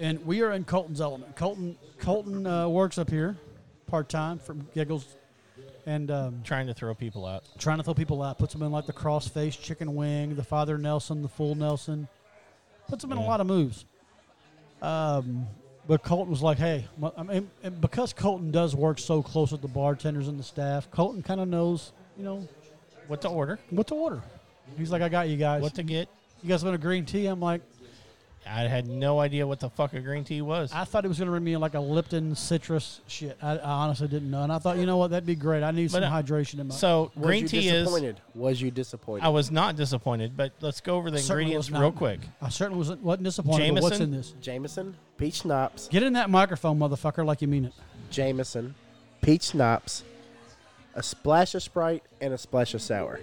And we are in Colton's element. Colton Colton uh, works up here part time from Giggles, and um,
Trying to throw people out.
trying to throw people out. Puts them in like the crossface, chicken wing, the Father Nelson, the full Nelson. Puts them in a lot of moves. Um, but Colton was like, "Hey, my- I mean, and because Colton does work so close with the bartenders and the staff, Colton kind of knows, you know,
What to order?
what to order." He's like, "I got you guys.
What to get?
you guys want a green tea?" I'm like,
I had no idea what the fuck a green tea was.
I thought it was going to bring me like a Lipton citrus shit. I, I honestly didn't know, and I thought, you know what, that'd be great. I need some
But, uh,
hydration in my.
so
Was
green
you
tea is.
disappointed? Was you disappointed?
I was not disappointed, but let's go over the
Certainly
ingredients
was not-
real quick.
I certainly wasn't, wasn't disappointed. with what's in
Jameson?
this?
Jameson, peach schnapps.
Get in that microphone, motherfucker, like you mean it.
Jameson, peach schnapps, a splash of Sprite, and a splash of sour.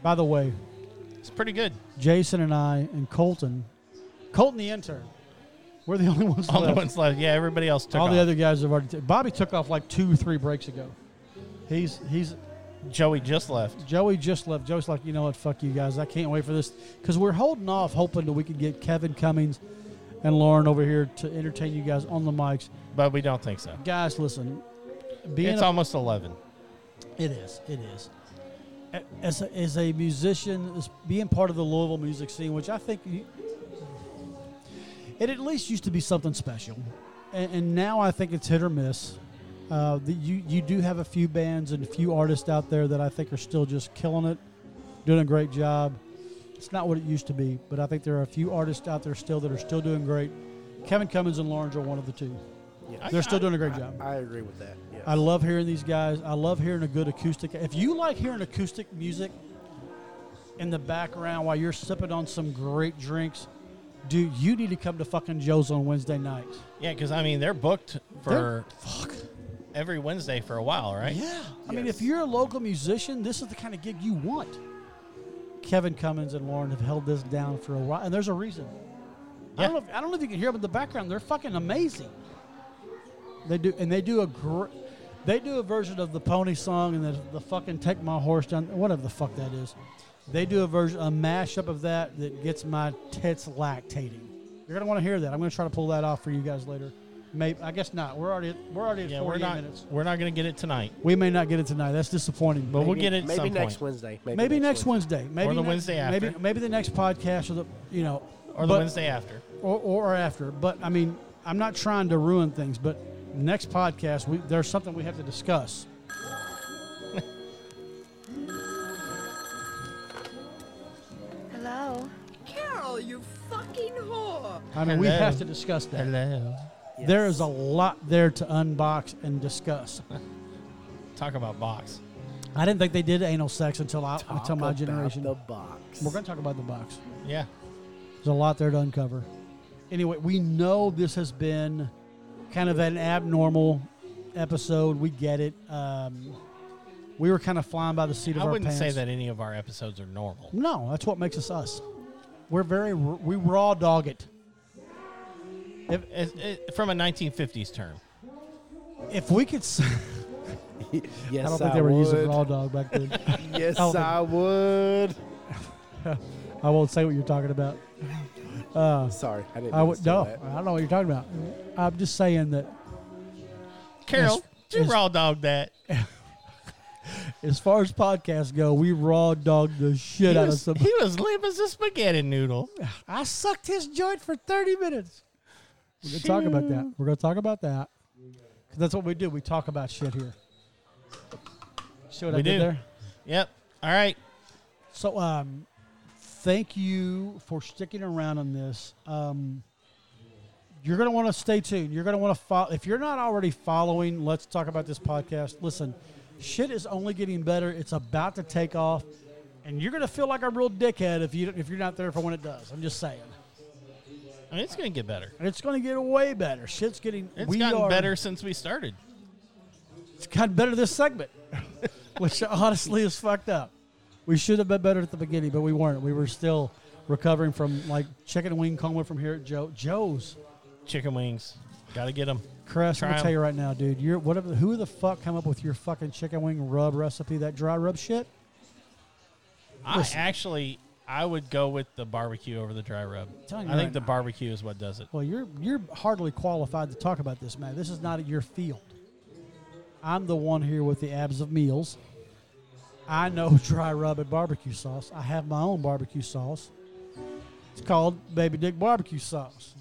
By the way,
It's pretty good
Jason and I and Colton, Colton the intern, we're the only ones
on the
left.
ones left. Yeah, everybody else took
All
off.
the other guys have already. T- Bobby took off like two, three breaks ago. He's he's
Joey just left.
Joey just left. Joey's like, you know what? Fuck you guys. I can't wait for this because we're holding off, hoping that we can get Kevin Cummings and Lauren over here to entertain you guys on the mics.
But we don't think so.
Guys, listen. Being
it's
a
almost 11.
It is. It is. A- As a, as a musician, as being part of the Louisville music scene, which I think you, it at least used to be something special, and, and now I think it's hit or miss. Uh, the, you you do have a few bands and a few artists out there that I think are still just killing it, doing a great job. It's not what it used to be, but I think there are a few artists out there still that are still doing great. Kevin Cummins and Lawrence are one of the two. They're still doing a great job.
I agree with that. Yes.
I love hearing these guys. I love hearing a good acoustic. If you like hearing acoustic music in the background while you're sipping on some great drinks, dude, you need to come to fucking Joe's on Wednesday nights.
Yeah, because I mean they're booked for
They're- fuck.
every Wednesday for a while, right?
Yeah. I mean, if you're a local musician, this is the kind of gig you want. Kevin Cummins and Lauren have held this down for a while, and there's a reason. I don't know. If, I don't know if you can hear them in the background. They're fucking amazing. They do, and they do a gr- they do a version of the pony song and the, the fucking take my horse down, whatever the fuck that is. They do a version, a mashup of that that gets my tits lactating. You're gonna want to hear that. I'm gonna try to pull that off for you guys later. Maybe I guess not. We're already we're already at
Yeah, we're
48
not
minutes.
we're not gonna get it tonight,
We may not get it tonight. That's disappointing.
but
But
we'll get it
maybe
some
next
point.
Wednesday. Maybe,
maybe next Wednesday. Maybe
Or the
next-
Wednesday after.
Maybe maybe the next podcast or the you know
or the
but-
Wednesday after.
or, or after. But I mean, I'm not trying to ruin things. But next podcast, we, there's something we have to discuss.
Hello?
Carol, you fucking whore!
I mean, we
Hello.
have to discuss that.
Hello.
There is a lot there to unbox and discuss.
Talk about box.
I didn't think they did anal sex until I,
Talk
until my
about
generation.
The box.
We're going to talk about the box.
Yeah.
There's a lot there to uncover. Anyway, we know this has been kind of an abnormal episode. We get it. Um, we were kind of flying by the seat of
I
our
wouldn't
pants.
say that any of our episodes are normal.
No, that's what makes us us. We're very we raw dog it.
If, it, it, from a 1950s term.
If we could, s- I
yes,
don't think they were
would.
using raw dog back then.
Yes,
I don't think-
I would.
I won't say what you're talking about.
Sorry, I didn't.
Oh. I would
know
no. I don't know what you're talking about. I'm just saying that
Carol, you
it's-
raw dog that.
as far as podcasts go, we raw dogged the shit
He
out
was,
of some.
he was limp as a spaghetti noodle.
I sucked his joint for 30 minutes. We're going to talk about that. We're going to talk about that. Because that's what we do. We talk about shit here. See what I
We
did
do.
there?
Yep. All right.
So, um, thank you for sticking around on this. Um, you're going to want to stay tuned. You're going to want to follow. If you're not already following, let's talk about this podcast. Listen, shit is only getting better. It's about to take off, and you're going to feel like a real dickhead if you if you're not there for when it does. I'm just saying.
I mean, it's going to get better.
And it's going to get way better. Shit's getting.
It's
we
gotten
are-
better since we started.
It's gotten better this segment, which honestly is fucked up. We should have been better at the beginning, but we weren't. We were still recovering from like chicken wing coma from here at Joe Joe's.
Chicken wings. Got to get them.
Chris, I'm
Try
gonna
'em.
tell you right now, dude. You're whatever. Who the fuck come up with your fucking chicken wing rub recipe? That dry rub shit.
I
Listen.
actually, I would go with the barbecue over the dry rub. I
telling
think
you right
the
now.
barbecue is what does it.
Well, you're you're hardly qualified to talk about this, man. This is not your field. I'm the one here with the abs of meals. I know dry rub and barbecue sauce. I have my own barbecue sauce. It's called Baby Dick Barbecue Sauce.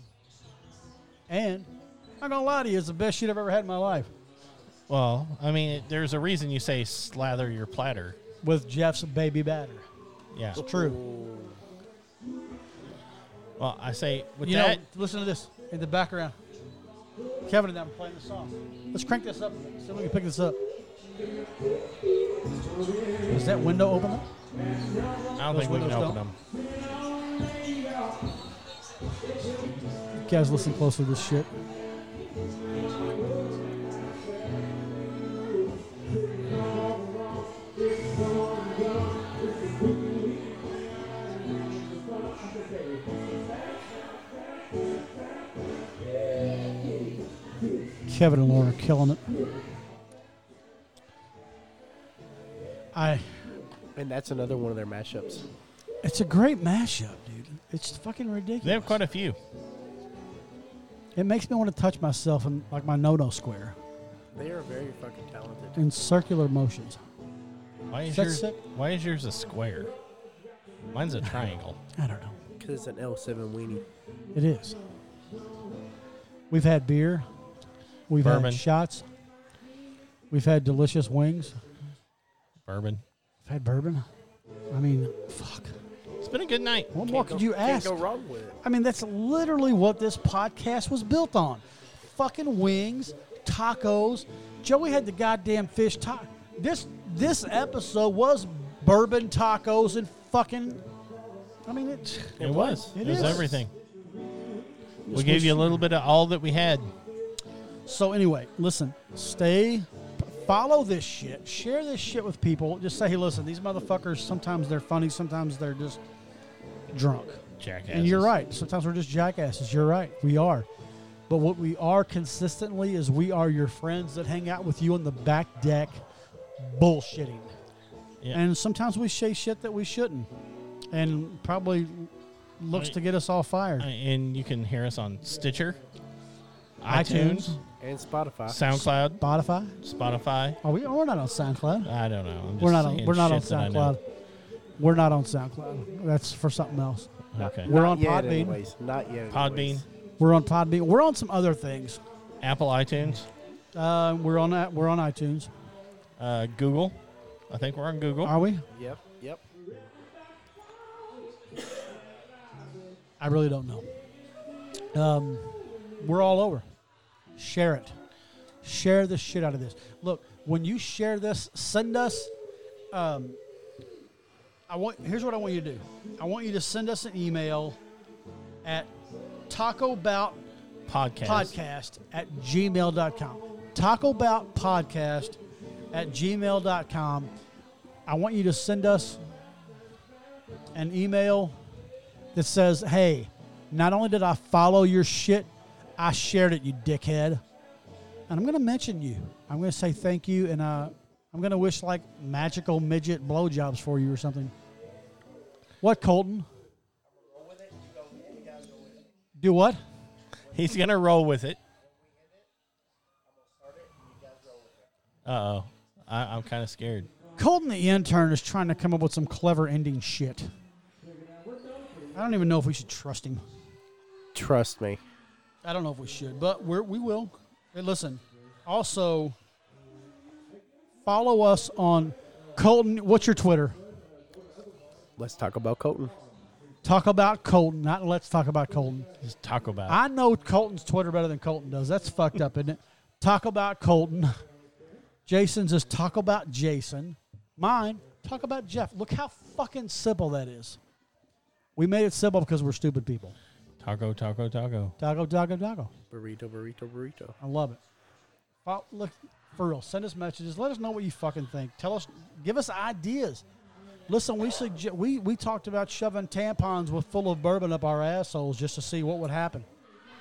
And I'm gonna lie to you, it's the best shit I've ever had in my life.
Well, I mean, there's a reason you say slather your platter.
With Jeff's baby batter.
Yeah.
It's true.
Well, I say with
You know,
that.
listen to this in the background. Kevin and I were playing the song. Let's crank this up. a bit, See if we can pick this up. Is that window open? up?
I don't
Those
think we can
windows
open
don't.
them.
You guys, listen closely to this shit. Kevin and Laura are killing it. I.
And that's another one of their mashups.
It's a great mashup, dude. It's fucking ridiculous.
They have quite a few.
It makes me want to touch myself in like my no-no square
They are very fucking talented.
in circular motions.
Why is,
Is that
yours,
sick?
why is yours a square? Mine's a triangle.
I don't know.
Because it's an L7 weenie.
It is. We've had beer. We've
Bourbon.
had shots. We've had delicious wings.
Bourbon.
We've had bourbon. I mean, fuck.
It's been a good night.
What more could you ask?
Can't go wrong with it.
I mean, that's literally what this podcast was built on. Fucking wings, tacos. Joey had the goddamn fish taco. This this episode was bourbon tacos and fucking. I mean, it,
It, was.
It
It, was
is.
everything. We gave you a little bit of all that we had.
So anyway, listen, stay, follow this shit, share this shit with people. Just say, hey, listen, these motherfuckers. Sometimes they're funny, sometimes they're just drunk.
Jackass.
And you're right. Sometimes we're just jackasses. You're right. We are. But what we are consistently is we are your friends that hang out with you on the back deck bullshitting.
Yeah.
And sometimes we say shit that we shouldn't and probably looks
I-
to get us all fired.
And you can hear us on Stitcher,
iTunes.
iTunes,
And Spotify.
SoundCloud,
Spotify?
Spotify.
Are we? We're not on SoundCloud.
I don't know. I'm just
We're not on,
saying
we're not on
shit that I know.
SoundCloud. We're not on SoundCloud. That's for something else.
Okay.
We're on
yet,
Podbean.
anyways. Not yet.
Podbean,
anyways.
We're on Podbean. We're on some other things.
Apple iTunes,
Uh, we're on we're on iTunes.
uh, Google. I think we're on Google.
Are we?
Yep. Yep.
I really don't know. Um, we're all over. Share it. Share the shit out of this. Look, when you share this, send us. Um, I want. Here's what I want you to do. I want you to send us an email at tacobout
Podcast.
podcast at gmail.com. Taco Bout podcast at gmail.com. I want you to send us an email that says, hey, not only did I follow your shit, I shared it, you dickhead. And I'm going to mention you. I'm going to say thank you, and uh, I'm going to wish like magical midget blowjobs for you or something. What, Colton? Do what?
He's gonna roll with it. Uh oh, I'm kind of scared.
Colton the intern is trying to come up with some clever ending shit. I don't even know if we should trust him.
Trust me.
I don't know if we should, but we're, we will. Hey, listen, also follow us on Colton. What's your Twitter?
Let's talk about Colton.
Talk about Colton, not let's talk about Colton.
Just Taco Bell.
I know Colton's Twitter better than Colton does. That's fucked up, isn't it? Talk about Colton. Jason's is talk about Jason. Mine, talk about Jeff. Look how fucking simple that is. We made it simple because we're stupid people.
taco, taco, taco.
Taco, taco, taco.
Burrito, burrito, burrito.
I love it. Well, look, for real, send us messages. Let us know what you fucking think. Tell us, give us ideas. Listen, we suggest we we talked about shoving tampons with full of bourbon up our assholes just to see what would happen.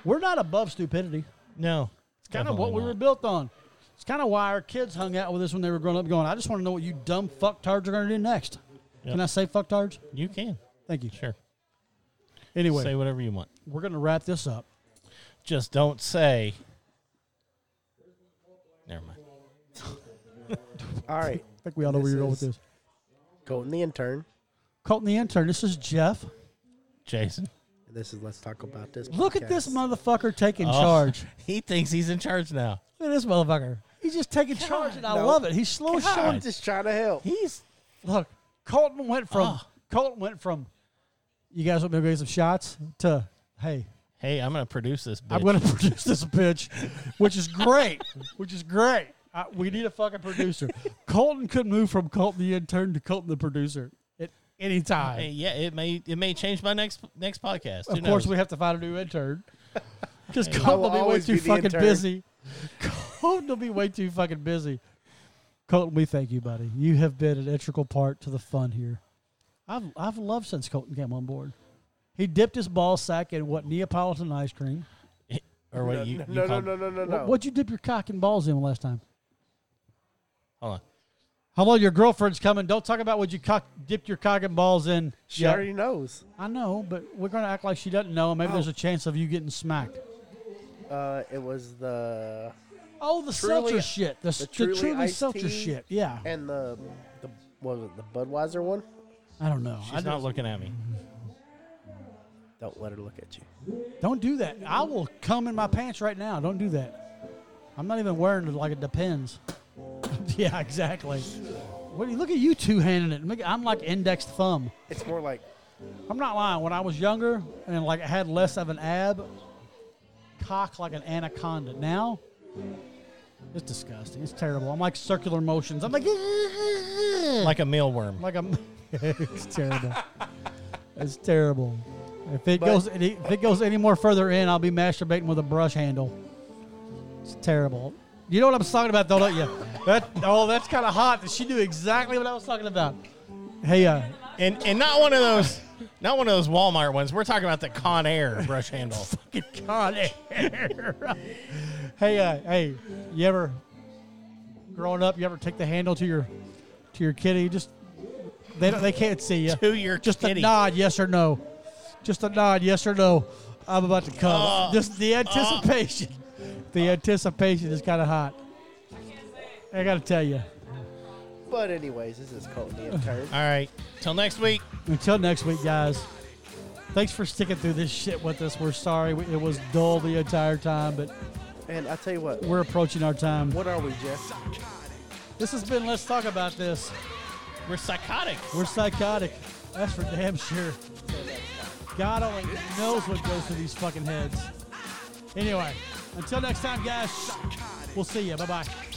We're not above stupidity.
No,
It's kind of
definitely
what we
not.
were built on. It's kind of why our kids hung out with us when they were growing up. Going, I just want to know what you dumb fucktards are going to do next.
Yep.
Can I say fucktards?
You can
Thank you.
sure
Anyway,
say whatever you want.
we're going to wrap this up.
Just don't say. Never mind.
All right.
I think we all know where
This
you're going with
is-
this.
Colton the intern.
Colton the intern. This is Jeff.
Jason.
This is let's talk about this.
Look at this
podcast.
motherfucker taking
Oh,
charge.
He thinks he's in charge now.
Look at this motherfucker. He's just taking charge, and I
no.
love it. He's slow
God.
showing.
I'm just trying to help.
He's
Look, Colton went from
Ah.
Colton went from. You guys want me to go get some shots? To hey,
hey, I'm gonna produce this. Bitch.
I'm going to produce this bitch, which is great, which is great. I, we need a fucking producer. Colton could move from Colton the intern to Colton the producer at any time.
Hey, yeah, it may it may change my next next podcast.
of
Who
course,
knows?
we have to find a new intern because
I
Colton will
will
be way
always
too
be the
fucking
intern.
busy. Colton will be way too fucking busy. Colton, we thank you, buddy. You have been an integral part to the fun here. I've I've loved since Colton came on board. He dipped his ball sack in what Neapolitan ice cream.
Or wait, you,
no,
you
no, no,
called-
no, no, no,
What, what'd you dip your cock and balls in last time?
Hold on.
Hello, your girlfriend's coming. Don't talk about what you cock, dipped your cock and balls in.
She
Yeah.
already knows.
I know, but we're gonna act like she doesn't know,
Oh.
and maybe there's a chance of you getting smacked.
Uh, it was the
Oh, the
Truly-
seltzer shit. The, s- the truly,
Truly iced
seltzer
tea.
shit. Yeah.
and the the what was it the Budweiser one?
I don't know. I
She's not
don't,
looking at me.
Don't let her look at you.
don't do that. I will come in my pants right now. Don't do that. I'm not even wearing it like it depends. yeah, exactly. What do you, look at you two handing it. Look, I'm like indexed thumb.
It's more like
I'm not lying. When I was younger and like I had less of an ab, cock like an anaconda. Now, it's disgusting. It's terrible. I'm like circular motions. I'm like, Hmm.
Like a mealworm.
like I'm. it's terrible. it's terrible. If it
But-
goes any, if it goes any more further in, I'll be masturbating with a brush handle. It's terrible. You know what I'm talking about, though, don't you? That oh, that's kind of hot. She knew exactly what I was talking about. Hey, uh,
And and not one of those not one of those Walmart ones. We're talking about the Con Air brush handle.
fucking Con Air. hey, uh, hey, you ever growing up? You ever take the handle to your to your kitty? Just they don't, they can't see you.
to your
Just
kitty.
a nod, yes or no. Just a nod, yes or no. I'm about to come.
Uh,
Just the anticipation. the anticipation is kind of hot. I gotta tell you.
But anyways, this is Colton the intern.
All right. Till next week.
Until next week, guys. Thanks for sticking through this shit with us. We're sorry we- it was dull the entire time, but
and I tell you what,
we're approaching our time.
what are we, Jeff?
This has been Let's Talk About This.
We're psychotic.
We're psychotic. That's for damn sure. God only knows what goes through these fucking heads. Anyway, until next time, guys, we'll see you. Bye bye.